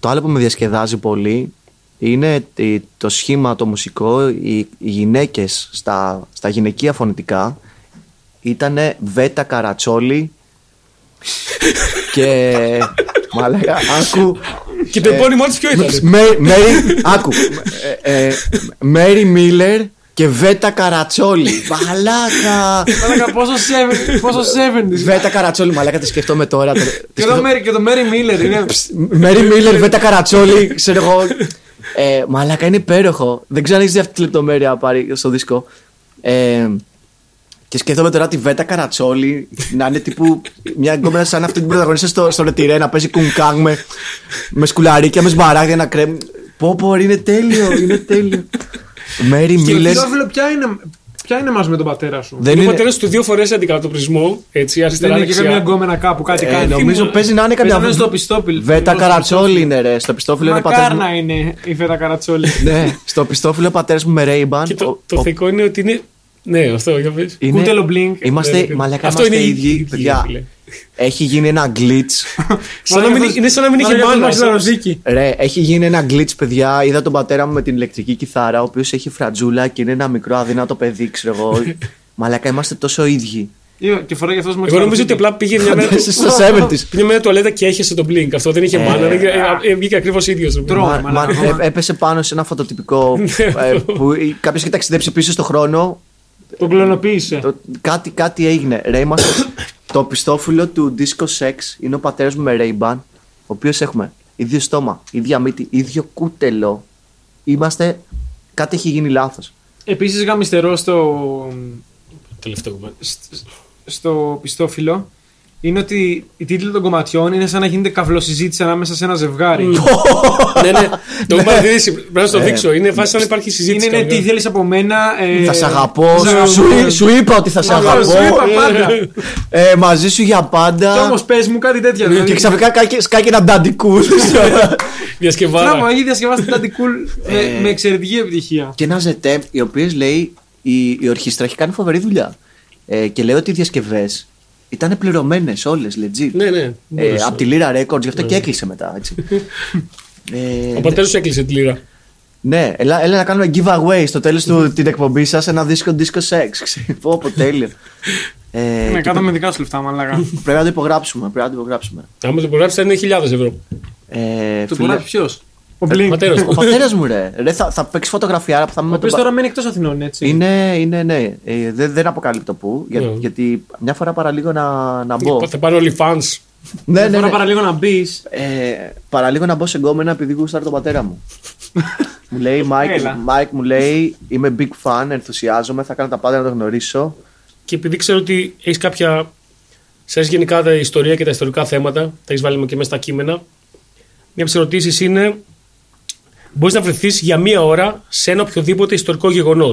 S1: Το άλλο που με διασκεδάζει πολύ είναι τη- το σχήμα το μουσικό. Οι, οι γυναίκες στα, στα γυναικεία φωνητικά ήταν Βέτα Καρατσόλη και. Μαλάκα, άκου. Ε,
S2: Και το επώνυμό της ποιο ήταν.
S1: Μέρι, Μέρι- άκου. Ε, ε, Μέρι Μίλλερ και Βέτα Καρατσόλη. Μαλάκα.
S3: μαλάκα, πόσο 70 Πόσο 70s.
S1: Βέτα Καρατσόλη, μαλάκα, τη σκεφτόμαι τώρα. τη
S3: Και
S1: σκεφτόμαι-
S3: το Μέρι- Και το Μέρι Μίλλερ είναι.
S1: Μέρι Μίλλερ, Βέτα Καρατσόλη, ξέρω εγώ. Ε, μαλάκα είναι υπέροχο. Δεν ξέρω αν έχεις δει αυτή τη λεπτομέρεια πάρει στο δίσκο. Ε, και σκέφτομαι τώρα τη Βέτα Καρατσόλη να είναι τύπου μια γκόμενα σαν αυτή την πρωταγωνίστρια στο, στο Ρετυρέ να παίζει κουνκάνγκ με, με σκουλαρίκια, με σμαράγδια, ένα κρέμ. Πω πω, ρε, είναι τέλειο, είναι τέλειο. Μέρι Μίλλερ.
S3: Χριστόφιλο, ποια είναι. Ποια είναι μαζί με τον πατέρα σου.
S1: Δεν
S2: Ο
S1: είναι.
S2: πατέρας τους δύο φορές αντικατοπτρισμό. Έτσι,
S3: Δεν
S2: αριστερά,
S3: είναι και καμιά
S2: δεξιά.
S3: γκόμενα κάπου, κάτι
S1: Ε,
S3: κάνει.
S1: νομίζω παίζει να είναι
S3: Παίζει να
S1: κάποια.
S3: είναι στο πιστόπιλ.
S1: Βέτα Καρατσόλη είναι ρε. Στο πιστόφυλλο είναι ο πατέρας μου.
S3: Μακάρνα είναι η Βέτα Καρατσόλη.
S1: Ναι, στο πιστόφυλλο ο πατέρας μου με Ρέιμπαν.
S2: Και το, το θεϊκό είναι ότι είναι. Ναι, αυτό για πες.
S1: Είναι-
S3: Κούτελο Blink.
S1: Είμαστε,
S2: Ναι,
S1: μαλάκα,
S2: αυτό
S1: είμαστε
S2: είναι η- η-
S1: ίδιοι,
S2: η-
S1: παιδιά.
S2: φίλε.
S1: Έχει γίνει ένα glitch.
S2: Σαν να μην- Είναι σαν να μην είχε μπάλα. σαν-
S1: Ρε, έχει γίνει ένα glitch, παιδιά. Είδα τον πατέρα μου με την ηλεκτρική κιθάρα, ο οποίος έχει φρατζούλα και είναι ένα μικρό αδύνατο παιδί, ξέρω εγώ. μαλάκα, είμαστε τόσο ίδιοι.
S3: Και φοράει και αυτός
S2: Εγώ νομίζω ότι απλά πήγε μια μέρα.
S1: Φαντάζεσαι στο 70s.
S2: Πήγε μια τουαλέτα και έχεσε τον blink. Αυτό δεν είχε
S1: Ε.
S2: μάνα. δεν- ε, ε, Βγήκε ακριβώς ίδιος.
S3: Τρώω.
S1: Μα-
S3: μαλάκα,
S1: μα-
S3: ακόμα.
S1: ε, έπεσε πάνω σε ένα φωτοτυπικό ε, που κάποιο έχει ταξιδέψει πίσω στον χρόνο.
S3: Τον κλωνοποίησε.
S1: Το- Ε, κάτι, κάτι έγινε. Ρε, είμαστε το πιστόφυλλο του Disco Sex είναι ο πατέρας μου με Ray-Ban, ο οποίος έχουμε ίδιο στόμα, ίδια μύτη, ίδιο κούτελο. Είμαστε. Κάτι έχει γίνει λάθος.
S3: Επίσης γαμιστερό στο,
S2: Τελευταίο κομμάτι.
S3: σ- στο πιστόφυλλο είναι ότι οι τίτλοι των κομματιών είναι σαν να γίνεται καυλοσυζήτηση ανάμεσα σε ένα ζευγάρι.
S2: Ναι, ναι. Το έχω παρατηρήσει. Πρέπει να
S1: Ε.
S2: σου το δείξω. Είναι φάση σαν να υπάρχει
S3: Είναι
S2: συζήτηση.
S3: ναι, τι
S2: κανονικά.
S3: θέλεις από μένα. ε,
S1: Θα σε αγαπώ.
S3: θα σ'
S1: Σου,
S3: αγαπώ.
S1: σου είπα ότι θα σε
S3: Μα,
S1: αγαπώ.
S3: Ναι, σου είπα πάντα.
S1: Ε, μαζί σου για
S3: Κι
S1: πάντα. Ε,
S3: όμως πες μου κάτι τέτοια.
S1: Ναι, Και
S3: δηλαδή.
S1: ξαφνικά κάκι- σκάκι ένα νταντικού.
S2: Διασκευάρα.
S3: Μπράβο, έχει διασκευάσει την Daddy Cool ε,
S1: Ε.
S3: με- με εξαιρετική επιτυχία.
S1: και ένα ζετέμ, οι οποίες λέει η, η ορχήστρα έχει κάνει φοβερή δουλειά. Ε, και λέει ότι οι διασκευές ήταν πληρωμένες όλες, legit.
S2: Ναι, ναι. μπορούσε.
S1: Ε, από τη Lyra Records, γι' αυτό
S3: Ναι.
S1: και έκλεισε μετά. Έτσι. ε,
S2: Ο πατέρας σου έκλεισε τη λίρα.
S1: ναι, έλα, έλα να κάνουμε giveaway στο τέλος του την εκπομπή σας ένα δίσκο disco sex. Ξέρεις, Πω, πω, τέλειο. Ε,
S3: Ναι,
S1: και
S3: κάτω με δικά σου λεφτά, μαλάκα.
S1: πρέπει να το υπογράψουμε. Πρέπει να το υπογράψουμε.
S2: Άμα το υπογράψεις θα είναι χιλιάδες ευρώ.
S1: Ε,
S3: Το
S1: φίλε,
S3: κουράζει ποιος. Ο Blink.
S2: Πατέρας
S1: ο
S2: μου.
S1: πατέρας μου, ρε. ρε θα, θα παίξεις φωτογραφία, άρα που θα είμαι με
S3: Ο
S1: τον
S3: οποίο
S1: πα-
S3: τώρα μένει εκτός Αθηνών, έτσι.
S1: Είναι, είναι, ναι. Ε, δεν, δεν αποκαλύπτω πού, για-
S2: Ναι.
S1: γιατί μια φορά παραλίγο να, να μπω.
S2: Θα πάνε όλοι οι fans.
S1: ναι, ναι,
S3: Τώρα
S1: ναι.
S3: παραλίγο να μπεις.
S1: Ε, παραλίγο να μπω σε γκόμενα επειδή γούσταρε τον πατέρα μου. μου λέει, Mike,
S3: Έλα.
S1: Mike μου λέει, είμαι big fan, ενθουσιάζομαι, θα κάνω τα πάντα να το γνωρίσω.
S2: Και επειδή ξέρω ότι έχεις κάποια. Σε γενικά τα ιστορία και τα ιστορικά θέματα, τα έχεις βάλει και μέσα στα κείμενα. Μια από τις ερωτήσεις είναι: Μπορείς να βρεθείς για μία ώρα σε ένα οποιοδήποτε ιστορικό γεγονός.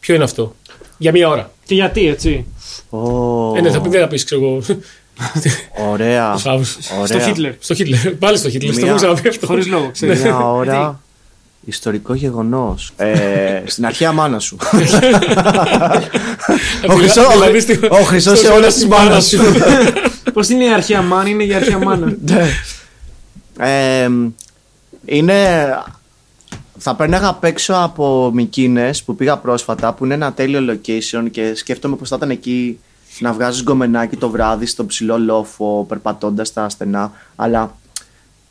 S2: Ποιο είναι αυτό. Για μία ώρα.
S3: Και γιατί, έτσι.
S1: Ω,
S2: Ε, ναι, θα πει, δεν θα πεις, ξέρω εγώ.
S1: Ωραία.
S2: Στο
S1: Ωραία.
S2: Χίτλερ. Στο Χίτλερ. Πάλι στο Χίτλερ. Στο
S1: Μία.
S2: μπορούσα να πει αυτό.
S3: Χωρίς λόγο, ξέρεις.
S1: Μια ώρα. Ιστορικό γεγονός. Ε, στην αρχαία μάνα σου. ο χρυσό, ο,
S2: Δηλαδή, στη-
S1: ο χρυσός
S2: στο- Ε,
S1: σε όλα τη μάνας σου.
S3: Πώς είναι η αρχαία μάνα, είναι η αρχαία μάνα.
S1: Ε, είναι. Θα παίρναγα απ' έξω από Μικίνες που πήγα πρόσφατα που είναι ένα τέλειο location και σκέφτομαι πως θα ήταν εκεί να βγάζεις γκομενάκι το βράδυ στο ψηλό λόφο περπατώντας στα στενά αλλά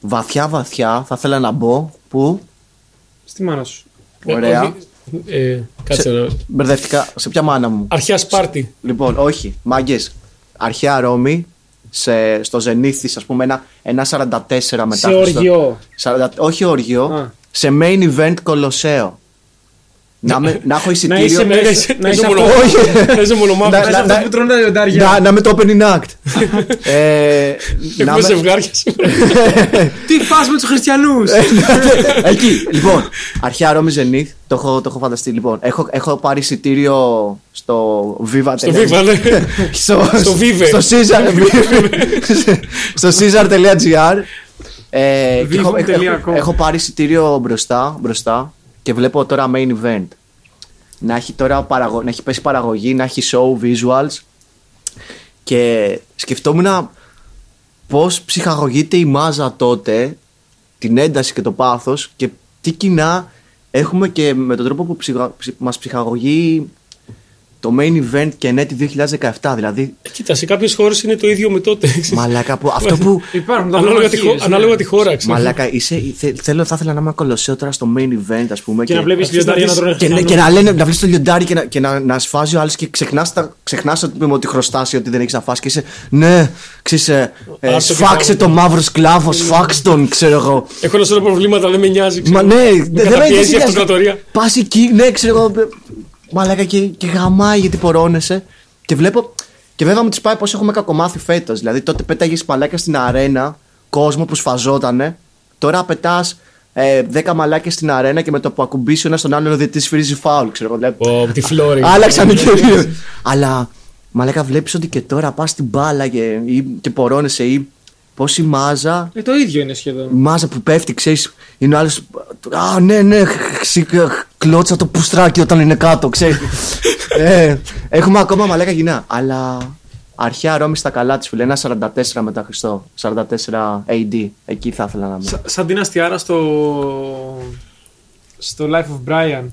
S1: βαθιά βαθιά θα ήθελα να μπω που
S3: Στη μάνα σου.
S1: ωραία
S2: Ε, Κάτσε να.
S1: μπερδευτικά σε ποια μάνα μου
S2: Αρχαία Σπάρτη.
S1: Λοιπόν, όχι. Μάγκες. Αρχαία Ρώμη, σε, στο Ζενήθη, ας πούμε, ένα, ένα 44 μετά.
S4: Σε
S1: Χριστό.
S4: οργιό.
S1: 40, όχι όργιο.
S4: Α.
S1: Σε main event κολοσσέο. να, με- να έχω
S4: Να
S1: εισιτήριο.
S4: είσαι μέσα. Να είσαι αυτό.
S2: Παίζει
S1: Να-
S2: μονομάχο.
S1: να-
S3: Αυτά που τρώνε τα λιοντάρια.
S1: να, να είμαι το opening act. ε, να
S2: Έχουμε
S1: είμαι-
S2: ζευγάρια.
S3: Τι φας με τους χριστιανούς.
S1: Εκεί, λοιπόν. Αρχαία Ρώμη Ζενήθ, το έχω, το έχω φανταστεί. Λοιπόν, έχω, έχω πάρει εισιτήριο στο Viva
S2: Το βίβα, ναι.
S1: στο,
S2: Στο Vive.
S1: στο Caesar- στο Caesar.gr. Ε, και έχω, έχω-
S3: Vive.com.
S1: έχω πάρει εισιτήριο μπροστά, μπροστά και βλέπω τώρα main event. Να έχει τώρα παραγω- να έχει πέσει παραγωγή, να έχει show, visuals. Και σκεφτόμουν πώς ψυχαγωγείται η μάζα τότε, την ένταση και το πάθος και τι κοινά έχουμε και με τον τρόπο που ψυχα- ψη- μας ψυχαγωγεί το main event και ναι 2017. Δηλαδή,
S2: Κοίτα, σε κάποιες χώρες είναι το ίδιο με τότε.
S1: μαλάκα που αυτό που.
S3: Υπάρχουν τα
S2: Ανάλογα τη χω-
S3: μοναρχίες, ναι.
S2: Ανάλογα τη χώρα, ξέρω.
S1: μαλάκα, είσαι, θε- θέλω, θα ήθελα να είμαι κολοσσέο τώρα στο main event, ας πούμε.
S4: Και να βλέπει
S2: Αυτές να
S4: λιοντάρια να
S2: δεις-
S4: τρώνε
S1: και, να-
S4: χριστιανούς.
S1: και να λένε να βλέπεις το λιοντάρι και να, και να, να σφάζει ο άλλος και ξεχνάς ξεχνάς ότι, ότι χρωστάσει, ότι δεν έχεις να φας και είσαι. Ναι, ξέρεις, ε, ε,
S2: Άστο και
S1: σφάξε το μαύρο σκλάβος, σφάξ τον, ξέρω εγώ.
S2: Έχω ένα σωρό προβλήματα, δεν με νοιάζει.
S1: Μα ναι,
S2: με
S1: δεν
S2: καταπιέζει η αυτοκρατορία.
S1: Πας εκεί, ναι, ξέρω εγώ. ε, Μαλάκα και, και γαμάει γιατί πορώνεσαι. Και βλέπω. Και βέβαια μου της πάει πώς έχουμε κακομάθει φέτος. Δηλαδή τότε πέταγες μαλάκα στην αρένα, κόσμο που σφαζότανε. Τώρα πετάς ε, 10 μαλάκια στην αρένα και με το που ακουμπήσει ο ένας τον δηλαδή, άλλον ο διαιτητής φυρίζει φάουλ. Ξέρω εγώ. Δηλαδή,
S2: Ω, τη Φλόρη.
S1: Άλλαξαν οι κυρίες. Αλλά μαλάκα βλέπεις ότι και τώρα πας στην μπάλα και, ή, και πορώνεσαι ή πώς η μάζα
S3: Ε, το ίδιο είναι σχεδόν.
S1: μάζα που πέφτει, ξέρεις, είναι ο άλλος. Α, ναι, ναι, χ- χ- κλώτσα το πουστράκι όταν είναι κάτω, ξέρεις. ε, έχουμε ακόμα μαλάκα κοινά. Αλλά αρχαία Ρώμη στα καλά της, φίλε, ένα 44 μετά Χριστό. 44 AD, εκεί θα ήθελα να είμαι.
S3: Σα- Σαν την αστιάρα στο. στο Life of Brian.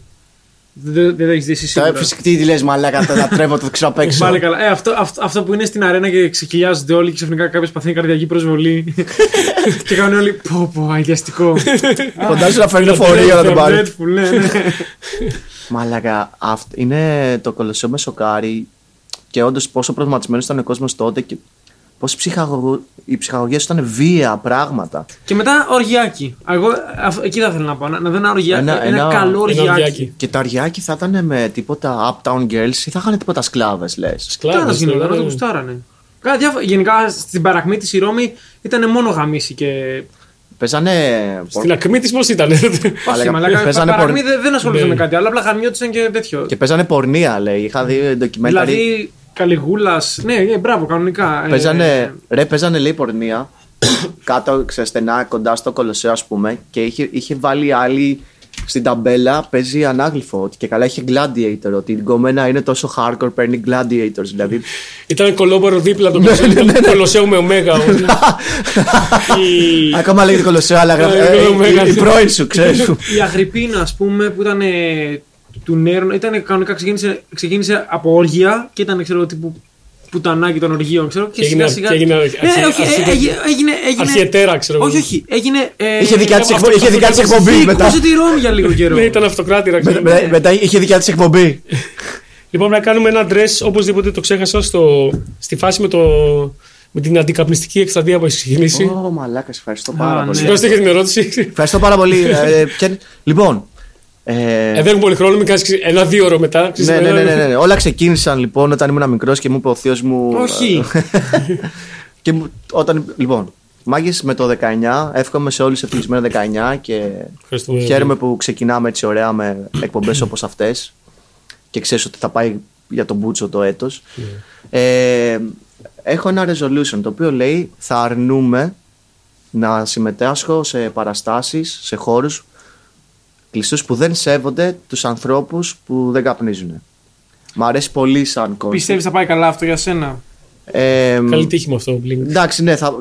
S3: Δεν δεν το έχεις δει εσύ
S1: Τα
S3: σίγουρα.
S1: φυσικά τι λες, μαλάκα, τα τα τρέβω, το ξέρω απ' έξω.
S3: Πάλι καλά. Ε, αυτό, αυτό, αυτό που είναι στην αρένα και ξεκυλιάζονται όλοι και ξαφνικά κάποιος παθαίνει καρδιακή προσβολή. και κάνουν όλοι. Πω, πω, αγιαστικό.
S1: Κοντά σου να φέρνει φορείο να τον πάρει.
S3: Dreadful, ναι, ναι.
S1: Μαλάκα, αυτ- είναι το κολοσσό με σοκάρι και όντως πόσο προσματισμένο ήταν ο κόσμος τότε και πώς οι ψυχαγωγές ήταν βία πράγματα.
S3: και μετά οργιάκι. Εγώ αυ- εκεί θα ήθελα να πάω. Να, να δω ένα οργιάκι. Ένα,
S1: Ένα- ένα-
S3: καλό
S2: Ένα
S3: οργιάκι.
S2: οργιάκι.
S1: Και τα αριάκι θα ήταν με τίποτα uptown girls ή θα είχαν τίποτα σκλάβες, λες.
S3: Τι άλλο
S2: Σκλάβες,
S3: γινόταν,
S2: ναι,
S3: να το
S2: ναι.
S3: κουστάρανε. Κάτι διάφο- Γενικά στην παρακμή τη η Ρώμη ήταν μόνο γαμίση και.
S1: Παίζανε.
S2: Στην ακμή της πώς ήταν.
S1: Μαλάκα,
S3: Όχι, μαλάκα.
S1: παίζανε
S3: παρακμή
S1: πορ-
S3: δεν, δεν ασχολούνται
S2: Ναι.
S3: με κάτι άλλο. Απλά χαρμιώτησαν και τέτοιο.
S1: Και παίζανε πορνεία, λέει. Είχα δει ντοκιμένταρι.
S3: Δηλαδή, Καλιγούλας. Ναι, ναι, μπράβο, κανονικά. Ε,
S1: Παίζανε, ρε, παίζανε λέει πορνεία κάτω σε στενά κοντά στο Κολοσσέο, ας πούμε. Και είχε, είχε βάλει άλλη στην ταμπέλα παίζει ανάγλυφο. Ότι και καλά είχε Gladiator. Ότι η γκομένα είναι τόσο hardcore, παίρνει Gladiators. Δηλαδή.
S2: Ήταν κολόμπορο δίπλα
S1: Ναι,
S2: από το Κολοσσέου με Ωμέγα. όμως. Η-
S1: Ακόμα λέει Κολοσσέο, αλλά γράφει.
S2: Ε,
S1: ε,
S2: εγώ,
S1: η-
S2: μεγάλη.
S1: Η πρώην σου, ξέρεις.
S3: Η Αγρυπίνα, ας πούμε, που ήταν ε, του Νέρων, ήταν κανονικά ξεκίνησε, ξεκίνησε από όργια και ήταν, ξέρω, τύπου πουτανάκι των οργείων, ξέρω. Και,
S2: Και έγινε-
S3: σιγά σιγά.
S2: και έγινε
S3: Ναι, όχι,
S2: αρχι-
S3: ε,
S2: αρχι-
S3: έγινε- έγινε. έγινε-
S2: Αρχιετέρα, ξέρω εγώ.
S3: Όχι, όχι. Έγινε. ε,
S1: Είχε δικιά της εκπομπή, είχε δικιά της εκπομπή μετά.
S3: Δίκωσε τη Ρώμη για λίγο καιρό.
S2: Ναι, ήταν αυτοκράτηρα.
S1: Με-
S2: ξέρω.
S1: με- Μετά είχε δικιά της εκπομπή.
S2: Λοιπόν, να κάνουμε ένα dress, οπωσδήποτε το ξέχασα στο, στη φάση με, το, με την αντικαπνιστική εκστρατεία που έχει ξεκινήσει.
S1: Ω, μαλάκας, σε ευχαριστώ
S3: Α,
S1: πάρα πολύ.
S3: ναι.
S2: Συγχωρείτε για την ερώτηση.
S1: Ευχαριστώ πάρα πολύ. ε, και- λοιπόν. ε,
S2: Ε, δεν έχουμε πολύ χρόνο, μην κάνεις ένα-δύο ώρο μετά. ξέρεις,
S1: ναι, ναι, ναι,
S3: ε,
S2: ένα-
S1: ναι, ναι, ναι. Όλα ξεκίνησαν λοιπόν όταν ήμουν μικρός και μου είπε ο θείος μου. ε,
S3: Όχι.
S1: και μου- όταν. Λοιπόν, μάγε με το 19, εύχομαι σε όλους ευτυχισμένο 19 και
S2: Ευχαριστούμε.
S1: χαίρομαι που ξεκινάμε έτσι ωραία με εκπομπές όπως αυτές. και ξέρεις ότι θα πάει για τον Μπούτσο το έτος. Ε, έχω ένα resolution το οποίο λέει θα αρνούμε να συμμετάσχω σε παραστάσεις, σε χώρους κλειστούς που δεν σέβονται τους ανθρώπους που δεν καπνίζουν. Μ' αρέσει πολύ σαν κόνσεπτ.
S3: Πιστεύεις θα πάει καλά αυτό για σένα.
S1: Ε,
S2: Καλή τύχη με αυτό, Blink.
S1: Εντάξει, ναι, θα...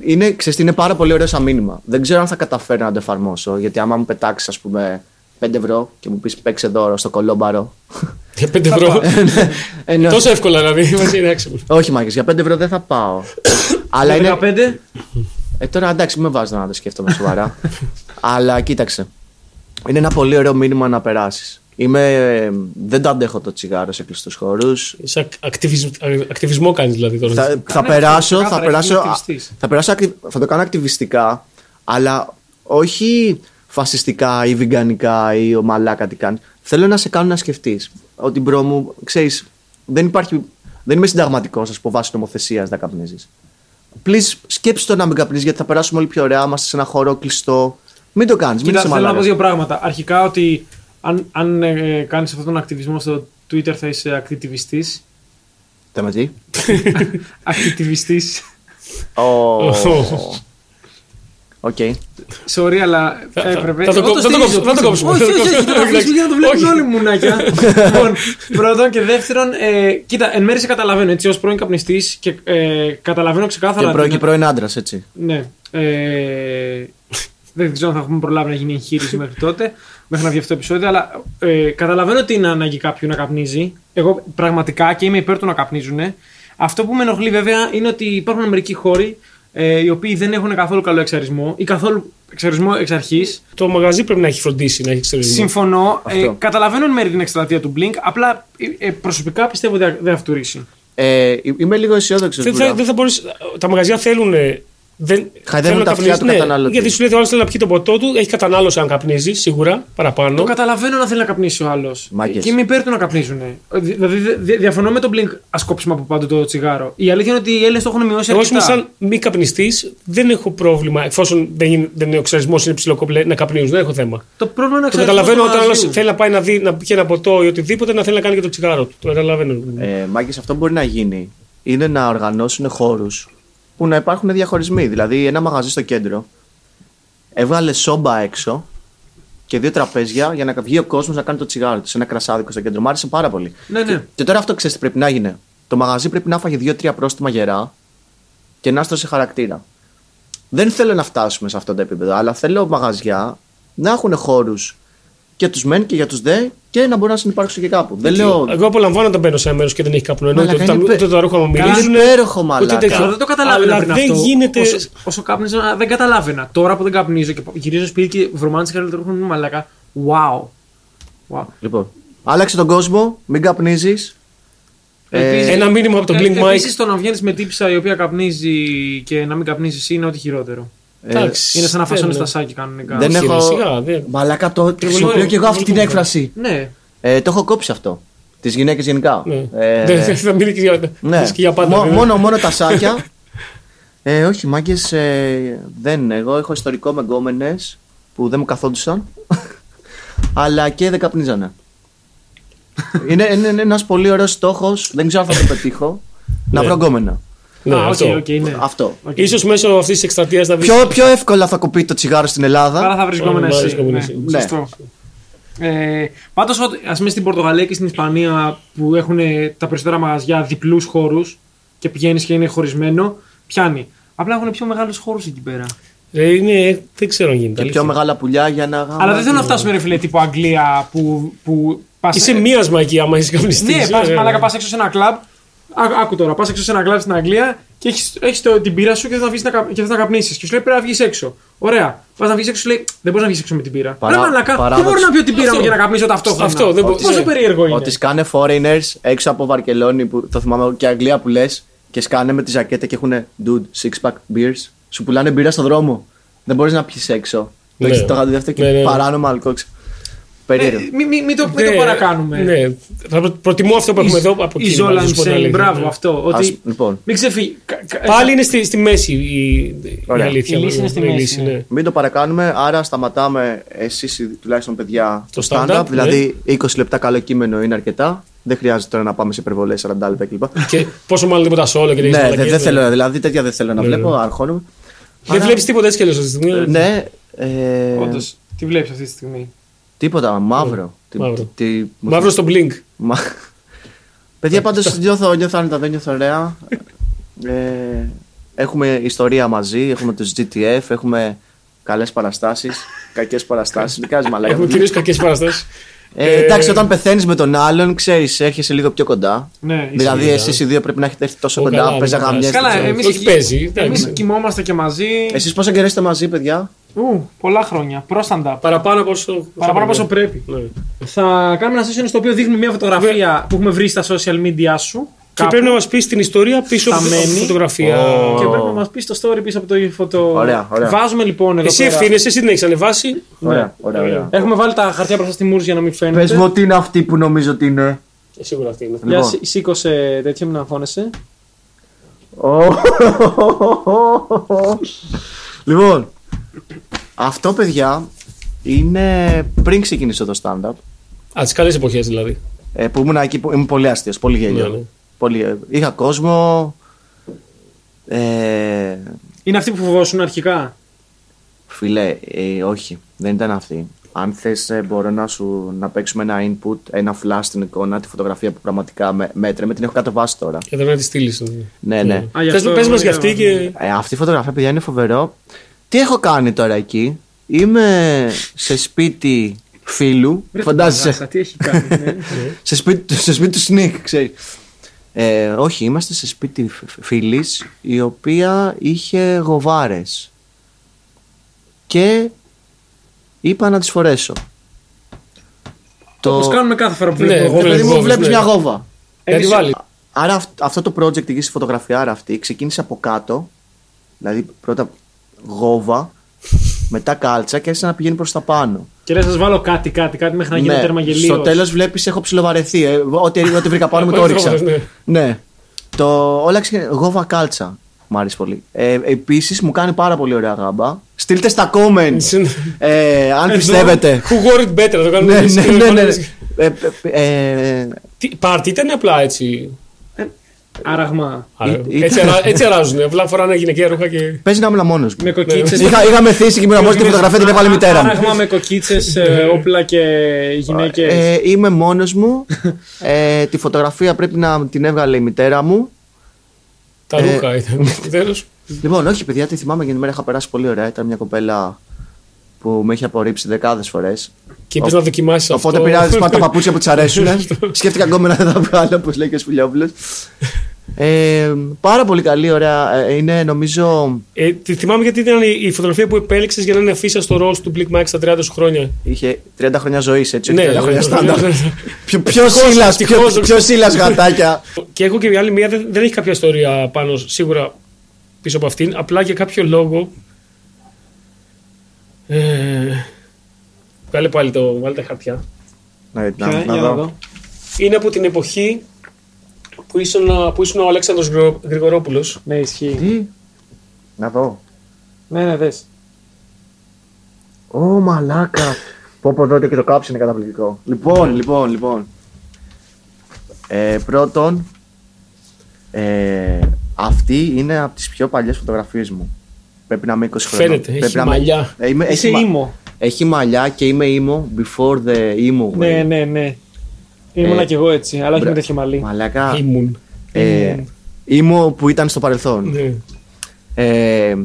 S1: είναι, ξέρεις, τι, είναι πάρα πολύ ωραίο σαν μήνυμα. Δεν ξέρω αν θα καταφέρω να το εφαρμόσω. Γιατί άμα μου πετάξεις, ας πούμε, 5 ευρώ και μου πεις παίξε δώρο στο κολόμπαρο.
S2: Για 5 Ε, ευρώ.
S1: Ενώ...
S2: Τόσο εύκολα δηλαδή. Μας είναι άξιμο.
S1: Όχι, Μάκη, για 5 ευρώ δεν θα πάω. Αλλά είναι.
S4: 15.
S1: Ε, τώρα εντάξει, μην με βάζεις να το σκέφτομαι σοβαρά. Αλλά κοίταξε. Είναι ένα πολύ ωραίο μήνυμα να περάσεις. Είμαι... Δεν το αντέχω το τσιγάρο σε κλειστούς χώρους.
S2: Σαν ακτιβισμ- ακτιβισμό κάνεις δηλαδή τώρα.
S1: Θα, θα
S3: Κάνε
S1: περάσω, θα
S3: ξεκάθαρα,
S1: περάσω,
S3: γίνε ακτιβιστής.
S1: θα περάσω, ακτιβ- θα το κάνω ακτιβιστικά, αλλά όχι φασιστικά ή βιγκανικά ή ο μαλάκα τι κάνεις. Θέλω να σε κάνω να σκεφτείς ότι μπρο μου, ξέρεις, δεν υπάρχει. Δεν είμαι συνταγματικός, ας πω, βάσει νομοθεσίας να καπνίζεις. Please, σκέψτε το να μην καπνίζεις, γιατί θα περάσουμε όλοι πιο ωραία. Είμαστε σε ένα χώρο κλειστό. Μην το κάνεις, μην
S3: Κοίτα,
S1: είσαι
S3: θέλω να πω
S1: μαλάκα.
S3: δύο πράγματα. Αρχικά ότι αν, αν ε, κάνεις αυτόν τον ακτιβισμό στο Twitter θα είσαι ακτιβιστής.
S1: Τα με τι.
S3: Ακτιβιστής.
S1: Ω. Οκ.
S3: Sorry, αλλά
S2: Θα-
S3: έπρεπε.
S2: θα το
S3: Εγώ
S2: κόψω- θα το
S3: στηρίζω.
S2: κόψω- θα το κόψω.
S3: Όχι, όχι, όχι.
S2: Εντάξει.
S3: Θα το αφήσουμε γιατί να το βλέπουν
S2: Όχι.
S3: όλοι μουνάκια. λοιπόν, πρώτον και δεύτερον, ε, κοίτα, εν μέρει σε καταλαβαίνω έτσι ως πρώην καπνιστής και ε, καταλαβαίνω
S1: Και
S3: ξεκάθαρα.
S1: πρώην
S3: την-
S1: και πρώην άντρας, έτσι.
S3: Ναι. Ε, δεν ξέρω αν θα έχουμε προλάβει να γίνει εγχείρηση μέχρι τότε, μέχρι να βγει αυτό το επεισόδιο, αλλά ε, καταλαβαίνω την ανάγκη κάποιου να καπνίζει. Εγώ πραγματικά και είμαι υπέρ του να καπνίζουν. Αυτό που με ενοχλεί βέβαια είναι ότι υπάρχουν μερικοί χώροι ε, οι οποίοι δεν έχουν καθόλου καλό εξαρισμό ή καθόλου εξαρισμό εξ αρχής.
S2: Το μαγαζί πρέπει να έχει φροντίσει να έχει εξαιρετικό.
S3: Συμφωνώ. Ε,
S1: Αυτό.
S3: καταλαβαίνω εν μέρει την εκστρατεία του Blink, απλά ε, ε, προσωπικά πιστεύω ότι δεν αυτουρήσει.
S1: Ε, είμαι λίγο αισιόδοξος.
S2: Δεν θα, δεν θα μπορείς, τα μαγαζιά θέλουν. ε, Δεν,
S1: Χαϊδεύουν
S2: θέλουν να
S1: τα αυτιά του
S2: καπνίζουν, ναι,
S1: καταναλωτή.
S2: Γιατί σου λέει ότι ο άλλο θέλει να πιει τον ποτό του, έχει κατανάλωση αν καπνίζει, σίγουρα παραπάνω.
S3: Το καταλαβαίνω να θέλει να καπνίσει ο άλλος.
S1: Μάγκες.
S3: Και είμαι υπέρ του να καπνίζουν. Δηλαδή δε- δε- διαφωνώ με τον Blink ας κόψουμε από πάντου το τσιγάρο. Η αλήθεια είναι ότι οι Έλληνες το έχουν μειώσει
S2: Εγώ, ας πούμε,
S3: αρκετά.
S2: σαν μη καπνιστής, δεν έχω πρόβλημα. Εφόσον δεν, είναι- δεν είναι ο εξαρισμό, είναι ψηλό κομπλέ, να καπνίζουν, δεν έχω θέμα.
S3: Το πρόβλημα είναι
S2: Το
S3: εξαρτάται
S2: καταλαβαίνω
S3: από
S2: όταν άλλο
S3: μαγαζί.
S2: θέλει να πάει να, δει, να πιει ένα ποτό ή οτιδήποτε, να θέλει να κάνει και το τσιγάρο του. Το καταλαβαίνω.
S1: Ε, Μάγκες, αυτό μπορεί να γίνει. Είναι να οργανώσουν χώρους που να υπάρχουν διαχωρισμοί. Δηλαδή, ένα μαγαζί στο κέντρο έβγαλε σόμπα έξω και δύο τραπέζια για να βγει ο κόσμος να κάνει το τσιγάρο του σε ένα κρασάδικο στο κέντρο. Μ' άρεσε πάρα πολύ.
S3: Ναι, ναι.
S1: Και, και τώρα αυτό ξέρεις τι πρέπει να γίνει. Το μαγαζί πρέπει να φάγε δύο-τρία πρόστιμα γερά και να έστρωσε χαρακτήρα. Δεν θέλω να φτάσουμε σε αυτό το επίπεδο, αλλά θέλω μαγαζιά να έχουν χώρους και τους μεν και για τους δε και να μπορούν να συνεπάρξουν και κάπου. Δεν λέω.
S2: Εγώ απολαμβάνω να μπαίνω σε ένα μέρος και δεν έχει καπνό. Ενώ
S1: Μαλάκα,
S2: ούτε, τα-
S1: είναι υπέ-
S2: ούτε τα ρούχα μου
S1: Καλά,
S2: μυρίζουν.
S1: είναι υπέροχο,
S2: ούτε
S1: μαλάκα.
S2: τέτοιο.
S3: Αλλά δεν το καταλάβαινα
S2: Αλλά
S3: πριν
S2: δεν
S3: αυτό.
S2: γίνεται.
S3: Όσο, όσο κάπνιζα, δεν καταλάβαινα. Τώρα που δεν καπνίζω και γυρίζω σπίτι και βρωμάνε σε καλύτερο χρόνο, μαλακά. Wow. wow.
S1: Λοιπόν, άλλαξε τον κόσμο, μην καπνίζεις. Ε,
S3: Επίσης-
S2: Ένα μήνυμα από τον Blink Mike.
S3: Επίση, το Ε, να βγαίνεις με τύψα η οποία καπνίζει και να μην καπνίζεις είναι ό,τι χειρότερο.
S2: Εντάξει,
S3: Είναι σαν να
S2: δεν
S3: φασώνει
S1: ναι.
S2: είναι.
S3: τα σάκι κανονικά.
S1: Ε, δεν
S2: όχι,
S1: έχω.
S2: ρε, σιγά, δεν-
S1: Μαλάκα το χρησιμοποιώ
S2: πολύ-
S1: και εγώ αυτή την
S2: πολύ-
S1: έκφραση.
S3: Ναι.
S1: Ε, το έχω κόψει αυτό. Τις γυναίκες γενικά.
S2: Ναι.
S1: Ε,
S2: Δεν- Θα μείνει και για-
S1: ναι.
S2: και για πάντα.
S1: Μό-
S2: βέβαια.
S1: μόνο, μόνο τα σάκια. ε, όχι, μάγκες δεν. Εγώ έχω ιστορικό με γκόμενες που δεν μου καθόντουσαν. αλλά και δεν καπνίζανε. είναι είναι, ένας πολύ ωραίος στόχος. Δεν ξέρω αν θα το πετύχω. να
S2: Ναι.
S1: βρω γκόμενα.
S2: Ναι,
S3: Α, οκ,
S2: αυτό.
S3: οκ, ναι.
S1: Αυτό.
S3: Οκ.
S2: Ίσως μέσω αυτής της εκστρατείας να βρει.
S1: Πιο, πιο εύκολα θα κοπεί το τσιγάρο στην
S3: Άρα
S1: Ελλάδα.
S3: θα βρει γκόμενα
S2: Άρα
S3: εσύ.
S2: βρίσκω γκόμενα
S3: Ναι,
S2: εσύ.
S1: Ναι.
S3: Σωστό. Ε, Πάντως, ας πούμε στην Πορτογαλία και στην Ισπανία που έχουν ε, τα περισσότερα μαγαζιά διπλούς χώρους και πηγαίνεις και είναι χωρισμένο, πιάνει. Απλά έχουν πιο μεγάλους χώρους εκεί πέρα.
S2: Ε, είναι, δεν ξέρω αν γίνεται.
S1: Και πιο
S2: αλήθεια.
S1: μεγάλα πουλιά για να γαμά-
S3: Αλλά δεν θέλω να φτάσουμε, ρε φίλε, τύπου Αγγλία που, που πας- ε,
S2: Είσαι μοίρασμα εκεί, άμα Ε, έχεις καπνιστεί.
S3: Ναι, πας, μαλάκα, πας έξω σε ένα κλαμπ. Ά- Άκου τώρα, πας έξω σε ένα κλαμπ στην Αγγλία και έχεις έχεις το- την πύρα σου και θε να, βγεις να, καπ- και θες να καπνίσεις. Και σου λέει πρέπει να βγεις έξω. Ωραία. Πας να βγεις έξω, σου λέει δεν μπορείς να βγεις έξω με την πύρα.
S1: Παρά-
S3: Παρά, ρε μαλάκα,
S1: παράδοξο.
S3: δεν μπορώ να πιω την πύρα μου
S2: Αυτό.
S3: για να καπνίσω ταυτόχρονα.
S2: Αυτό, δεν μπο-
S3: Πόσο
S2: ναι.
S3: περίεργο είναι.
S1: Ότι σκάνε foreigners έξω από Βαρκελόνη που το θυμάμαι και Αγγλία που λες και σκάνε με τη ζακέτα και έχουν dude, six pack beers. Σου πουλάνε μπύρα στον δρόμο. Δεν μπορείς να πιεις έξω. Το
S2: Ναι.
S1: έχεις- Το είχα δει αυτό και
S2: Ναι, ναι, ναι.
S1: παράνομα αλκόξ. Περίεργο.
S3: Μην Ε, μη, μη το, μη το
S2: Ναι,
S3: παρακάνουμε.
S2: Ναι. Θα προ- προτιμώ αυτό που έχουμε εδώ από
S3: Η
S2: εκεί.
S3: Zola Insane,
S2: Ναι.
S3: μπράβο αυτό.
S1: Ας-
S3: Ότι
S1: λοιπόν,
S3: μην ξεφύγει. Κα- κα-
S2: Πάλι είναι στη, στη μέση η, η
S1: Ωραία.
S2: αλήθεια.
S4: Η λύση είναι στη
S2: Η
S4: μέση,
S2: λύση,
S4: ναι.
S2: ναι.
S1: μην το παρακάνουμε, άρα σταματάμε εσείς τουλάχιστον παιδιά
S2: Το stand-up, ναι.
S1: δηλαδή 20 λεπτά καλό κείμενο είναι αρκετά. Δεν χρειάζεται τώρα να πάμε σε υπερβολές 40 λεπτά κλπ.
S2: Και πόσο μάλλον τίποτα σόλο και τέτοιες
S1: ναι, δεν
S2: μαλακίες,
S1: δεν θέλω, δηλαδή τέτοια δεν θέλω να
S2: Ναι,
S1: βλέπω,
S2: ναι.
S1: αρχώνομαι.
S2: Δεν
S1: Άρα-
S2: βλέπεις τίποτα έτσι κι αλλιώς αυτή τη στιγμή.
S1: Ναι, ε,
S3: Όντως, τι βλέπεις αυτή τη στιγμή.
S1: τίποτα, μαύρο. Τι-
S2: μαύρο.
S1: τι- τι-
S2: Μαύρο στο blink.
S1: Μα... Παιδιά, πάντως νιώθω, νιώθω άνετα, δεν νιώθω ωραία. Ε, έχουμε ιστορία μαζί, έχουμε τους GTF, έχουμε καλές παραστάσεις, κακές παραστάσεις. Μην κάνεις μαλάκα.
S2: Έχουμε κυρίως κακές παραστάσεις.
S1: Ε, εντάξει, όταν πεθαίνεις με τον άλλον, ξέρεις, έρχεσαι λίγο πιο κοντά.
S3: Ναι, ισχύει.
S1: δηλαδή,
S2: βέβαια.
S1: εσείς οι δύο πρέπει να έχετε έρθει τόσο
S2: Ω, καλά,
S1: κοντά, παίζα
S2: δεν μας.
S1: γαμιές.
S3: Καλά,
S2: έτσι,
S3: εμείς
S2: όχι
S3: εκεί-
S2: παίζει, εντάξει.
S3: Εμείς κοιμόμαστε και μαζί.
S1: Εσείς πόσα καιρό είστε μαζί, παιδιά.
S3: Ου, πολλά χρόνια. Προς stand-up.
S2: Παραπάνω από όσο.
S3: Παραπάνω από όσο πρέπει.
S2: Ναι.
S3: Θα κάνουμε ένα session στο οποίο δείχνει μια φωτογραφία που έχουμε βρει στα social media σου.
S2: Και
S3: κάπου.
S2: πρέπει να μας πεις την ιστορία πίσω από τη
S3: Σταμένη.
S2: φωτογραφία.
S1: Ω.
S3: Και πρέπει να μας πεις το story πίσω από το φωτο.
S1: Ωραία, ωραία.
S3: Βάζουμε λοιπόν εδώ.
S2: Εσύ
S3: πέρα-
S2: ευθύνεσαι, εσύ την έχεις ανεβάσει.
S1: Ωραία, ωραία, ωραία.
S3: Έχουμε βάλει τα χαρτιά μπροστά στη μούρη για να μην φαίνεται.
S1: Ναι. Ε, Πες μου τι είναι αυτή που νομίζω ότι είναι.
S2: Ε, Σίγουρα αυτή είναι.
S3: Για
S1: Λοιπόν.
S3: σή- σήκωσε τέτοιο, μην αγχώνεσαι.
S1: λοιπόν, αυτό παιδιά είναι πριν ξεκινήσω το stand-up.
S2: Α, τις καλές εποχές δηλαδή.
S1: ε, που ήμουν εκεί, που ήμουν πολύ αστείος, πολύ γέλιο.
S2: Ναι, ναι.
S1: Πολύ, ε, είχα κόσμο. Ε,
S3: Είναι αυτή που φοβόσουν αρχικά.
S1: φίλε, ε, όχι, δεν ήταν αυτή. Αν θες ε, μπορώ να σου να παίξουμε ένα input, ένα flash στην εικόνα, τη φωτογραφία που πραγματικά με, μέτρεμε, την έχω κατεβάσει τώρα.
S2: Και δεν να τη στείλεις.
S1: Ναι, ναι.
S3: Α, γι' αυτό
S2: Πε μα
S3: είναι-
S2: για αυτή και.
S1: Ε, αυτή η φωτογραφία, παιδιά, είναι φοβερό. Τι έχω κάνει τώρα εκεί. Είμαι σε σπίτι φίλου.
S3: Βρε
S1: Φαντάζεσαι.
S3: φαντάζα, Τι έχει κάνει. ναι.
S1: σε, σπίτι, του- σε σπίτι του Σνίκ, ξέρει. Ε, όχι, είμαστε σε σπίτι φ- φ- φίλης η οποία είχε γοβάρες και είπα να τις φορέσω.
S3: Όπως κάνουμε κάθε φορά που
S2: Ναι,
S3: βλέπουμε
S2: εγώ
S3: εγώ.
S1: Ρε παιδί
S2: βλέπω,
S1: μου
S2: ναι.
S1: βλέπεις μια γόβα.
S2: Να τη
S3: Έχεις-
S2: βάλεις.
S1: Άρα αυ- αυτό το project εκεί στη φωτογραφία άρα αυτή ξεκίνησε από κάτω. Δηλαδή πρώτα γόβα, μετά κάλτσα και άρχισε να πηγαίνει προς τα πάνω.
S3: Και λέει, σα βάλω κάτι, κάτι, κάτι μέχρι να γίνει
S1: Ναι,
S3: τέρμα γελίο.
S1: στο τέλος βλέπεις έχω ψιλοβαρεθεί. Ε, ό,τι, ό,τι βρήκα πάνω μου το
S2: Ό,τι
S1: ρίξα.
S2: βρήκαμε, ναι.
S1: ναι. Το όλα ξεκινάει. Γόβα κάλτσα. Μ' άρεσε πολύ. Ε, Επίσης μου κάνει πάρα πολύ ωραία γάμπα. Στείλτε στα comments. ε, αν πιστεύετε.
S2: Who wore it better, το κάνουμε.
S1: ναι,
S2: εμείς.
S1: ναι, ναι. ναι. Ε, ε, ε,
S2: Τι- Πάρτι ήταν απλά έτσι.
S3: Άραγμα.
S2: Άρα,
S1: ή-
S2: Έτσι, αρα- έτσι αράζουν. Απλά φοράνε γυναικεία ρούχα και.
S1: Παίζει να ήμουν μόνος μου.
S3: Με κοκίτσες.
S1: Είχα, είχα μεθύσει και ήμουν μόνο τη φωτογραφία την έβαλε η μητέρα μου.
S3: Άραγμα με κοκίτσε, όπλα και γυναίκες.
S1: Ε, είμαι μόνος μου. Ε, τη φωτογραφία πρέπει να την έβγαλε η μητέρα μου.
S2: Τα
S1: Ε,
S2: ρούχα ήταν. Τέλος.
S1: Λοιπόν, όχι παιδιά, τη θυμάμαι γιατί η μέρα είχα περάσει πολύ ωραία. Ήταν μια κοπέλα που με είχε απορρίψει δεκάδες φορές.
S2: Και είπες να δοκιμάσεις αυτό.
S1: Οπότε πήρα να τα παπούτσια που της αρέσουν. Σκέφτηκα ακόμα να τα βγάλω, όπως λέει και ο Σπηλιόπουλος. Ε, πάρα πολύ καλή, ωραία. Ε, Είναι νομίζω.
S2: Ε, τη θυμάμαι γιατί ήταν η, η φωτογραφία που επέλεξες για να είναι αφίσα στο ρόλο του Blick Max στα 30 σου χρόνια.
S1: Είχε 30 χρόνια ζωής, έτσι. όχι 30 χρόνια
S2: ε,
S1: στάνταρ.
S2: ε,
S1: Ποιο- Ποιο σύλλα,
S2: ευτυχώς.
S1: ποιο σύλλας γατάκια.
S2: Και έχω και μια άλλη μία, δεν, δεν έχει κάποια ιστορία πάνω σίγουρα πίσω από αυτήν. Απλά για κάποιο λόγο. Ε, βγάλε πάλι το, βγάλε τα χαρτιά.
S1: Ναι,
S3: Ποια,
S1: να-
S3: για
S1: να
S3: να
S1: δω.
S3: δω.
S2: Είναι από την εποχή που ήσουν, που ήσουν ο Αλέξανδρος Γρο- Γρηγορόπουλος.
S3: Ναι, ισχύει.
S1: Τι. Να δω.
S3: Ναι, ναι, δες.
S1: Ω μαλάκα. Πω πω τότε και το κάψι είναι καταπληκτικό. Λοιπόν, λοιπόν, λοιπόν. Ε, πρώτον, ε, αυτή είναι από τις πιο παλιές φωτογραφίες μου. Πρέπει να είμαι 20 χρόνια.
S2: Φαίνεται, έχει
S1: Πρέπει να είμαι-
S2: μαλλιά.
S1: Ε, είμαι-
S3: Είσαι
S1: έχει, μα-
S3: ήμο.
S1: έχει μαλλιά και είμαι ήμο before the ήμο.
S3: Ναι, ναι, ναι. Ήμουνα κι εγώ έτσι, αλλά όχι με τέτοιο μαλλί.
S1: Μαλάκα.
S2: Ήμουν.
S3: Mm.
S1: Ε, ήμο που ήταν στο παρελθόν.
S2: Ναι.
S1: Ε,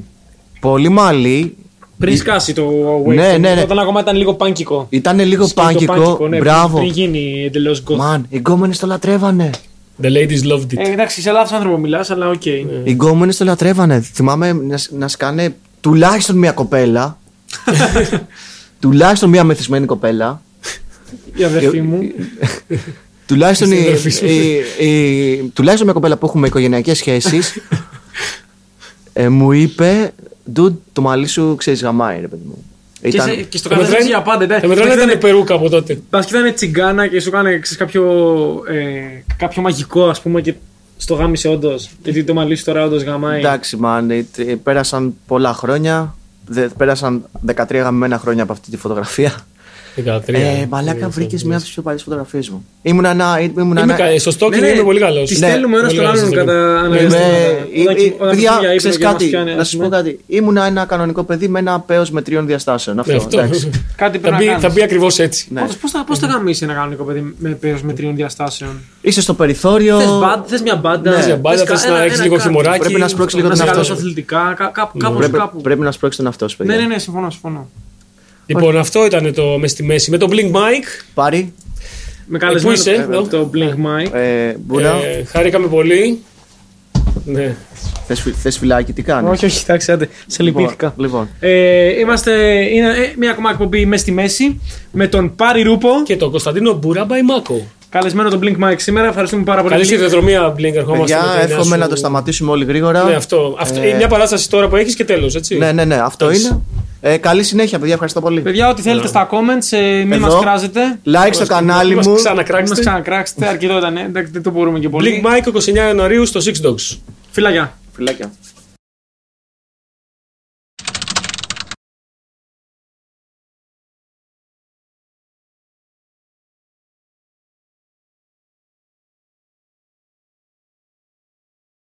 S1: πολύ μαλλί.
S3: Πριν
S1: Ή-
S3: σκάσει το Wave.
S1: Ναι, ναι, ναι.
S3: Όταν ακόμα ήταν λίγο πάνκικο.
S1: Ήταν λίγο
S3: Σκύλο το
S1: πάνκικο.
S3: ναι,
S1: Μπράβο.
S3: Πριν γίνει εντελώς γκολ.
S1: Μαν, οι γκόμενες το λατρεύανε.
S2: The ladies loved it.
S3: Ε, εντάξει, σε λάθος άνθρωπο μιλάς, αλλά οκ. Okay.
S1: Οι γκόμενε το λατρεύανε. Θυμάμαι να, σ- να σκάνε τουλάχιστον μία κοπέλα. τουλάχιστον μία μεθυσμένη κοπέλα.
S3: Η αδερφή μου.
S1: Τουλάχιστον, η,
S2: Στην αδερφή σου.
S1: η- η- τουλάχιστον μία κοπέλα που έχουμε οικογενειακές σχέσεις. ε, μου είπε, Ντουντ, το μαλλί σου ξέρεις γαμάει, ρε παιδί μου.
S3: Και,
S1: Ήταν...
S3: σε- και στο
S2: Ε, μετά
S3: κανάλι
S2: είναι-
S3: για πάντα. εντάξει.
S2: Ε, μετά
S3: Πας
S2: να
S3: και
S2: ήταν
S3: ήταν-
S2: περούκα από τότε.
S3: πας και ήταν τσιγκάνα και σου έκανε ξέρεις, κάποιο, ε, κάποιο μαγικό, ας πούμε, και
S4: Στο γάμισε όντως.
S3: γιατί το μαλλί σου τώρα όντως
S2: Ναι.
S3: γαμάει.
S1: Εντάξει, man, it- ε, πέρασαν πολλά χρόνια. Δε- πέρασαν 13 γαμμένα χρόνια από αυτή τη φωτογραφία.
S2: 13.
S1: Ε, μαλάκα, βρήκες μία από τις πιο παλιές φωτογραφίες μου. Ήμουν ένα. ήμουν
S2: Είμαι
S1: ένα-
S2: κα- ε, Στο
S3: Ναι,
S2: stalking
S3: ναι,
S2: είμαι πολύ καλός.
S3: Τη στέλνουμε ένας
S2: Πολύ
S3: στον
S2: καλός ναι,
S3: άλλον
S2: στο
S3: κατά
S2: stalking. ναι.
S1: Είμαι- ε,
S3: αναγκαστικά.
S1: ε, Παιδιά, ξέρει κάτι. Να σα πω κάτι. Ήμουνα ένα κανονικό παιδί με ένα παίο με τριών διαστάσεων. Αυτό.
S2: Ναι, αυτό.
S1: εντάξει.
S3: Κάτι
S2: Θα
S3: πρέπει
S2: μπει,
S3: να
S2: θα
S3: κάνεις.
S2: μπει ακριβώς έτσι.
S1: Ναι.
S3: Όντως, πώς θα- Πώς θα γαμίσει ένα κανονικό παιδί με πέος με τριών διαστάσεων.
S1: Είσαι στο περιθώριο.
S3: Θες μπάντα, θες μια μπάντα.
S1: Ναι.
S3: θες
S2: Για μπάντα,
S3: κα-
S2: θες
S3: ένα-
S2: να έχεις
S3: ένα
S2: λίγο
S3: κάτι.
S2: χιμωράκι.
S1: Πρέπει να σπρώξεις λίγο
S3: Να
S1: τον
S3: σε
S1: εαυτό
S3: καλός
S1: σου.
S3: αθλητικά, κά- κάπου κάπως
S1: Ναι. Πρέπει,
S3: κάπου.
S1: πρέπει να σπρώξεις τον εαυτό σου, παιδιά.
S3: Ναι, ναι, ναι, συμφωνώ, συμφωνώ.
S2: Λοιπόν, αυτό ήταν το μες στη μέση. Με το Blink Mike.
S1: Πάρη,
S3: Με καλεσμένο
S2: είσαι,
S3: το-
S2: εδώ?
S3: το Blink Mike.
S1: ε, Μπούρα,
S2: Ε, χάρηκαμε πολύ. Ναι.
S1: θες, φυ- θες φυλάκι, τι κάνεις.
S4: Όχι, όχι, εντάξει, άντε. Σε
S1: Λοιπόν,
S4: λυπήθηκα.
S1: Λοιπόν,
S3: Ε, είμαστε, είναι ε, μια ακόμα εκπομπή μέσα στη μέση με τον Πάρη Ρούπο.
S2: Και τον Κωνσταντίνο Μπουράμπα Μάκο.
S3: Καλεσμένο τον Blink Mike σήμερα. Ευχαριστούμε πάρα πολύ.
S2: Καλή συνδεδρομία, Blink. Ερχόμαστε.
S1: παιδιά,
S2: με την νέα
S1: εύχομαι
S2: σου-
S1: να το σταματήσουμε όλοι γρήγορα.
S2: Ναι, αυτό. αυτό είναι μια παράσταση τώρα που έχεις και τέλος, έτσι.
S1: Ναι, ναι, ναι, αυτό είναι. Ε, καλή συνέχεια, παιδιά, ευχαριστώ πολύ.
S3: Παιδιά, ό,τι θέλετε στα comments, ε, μην
S1: Εδώ.
S3: μας κράζετε.
S1: Like στο κανάλι
S2: Μας
S1: μου.
S3: Μην μα
S2: ξανακράξτε.
S3: ξανακράξετε, αρκετό ήταν. ε, Εντάξει, δεν το μπορούμε και
S2: Blink
S3: πολύ.
S2: Mike 29 Ιανουαρίου στο Six Dogs.
S3: Φιλάκια.
S1: Φιλάκια.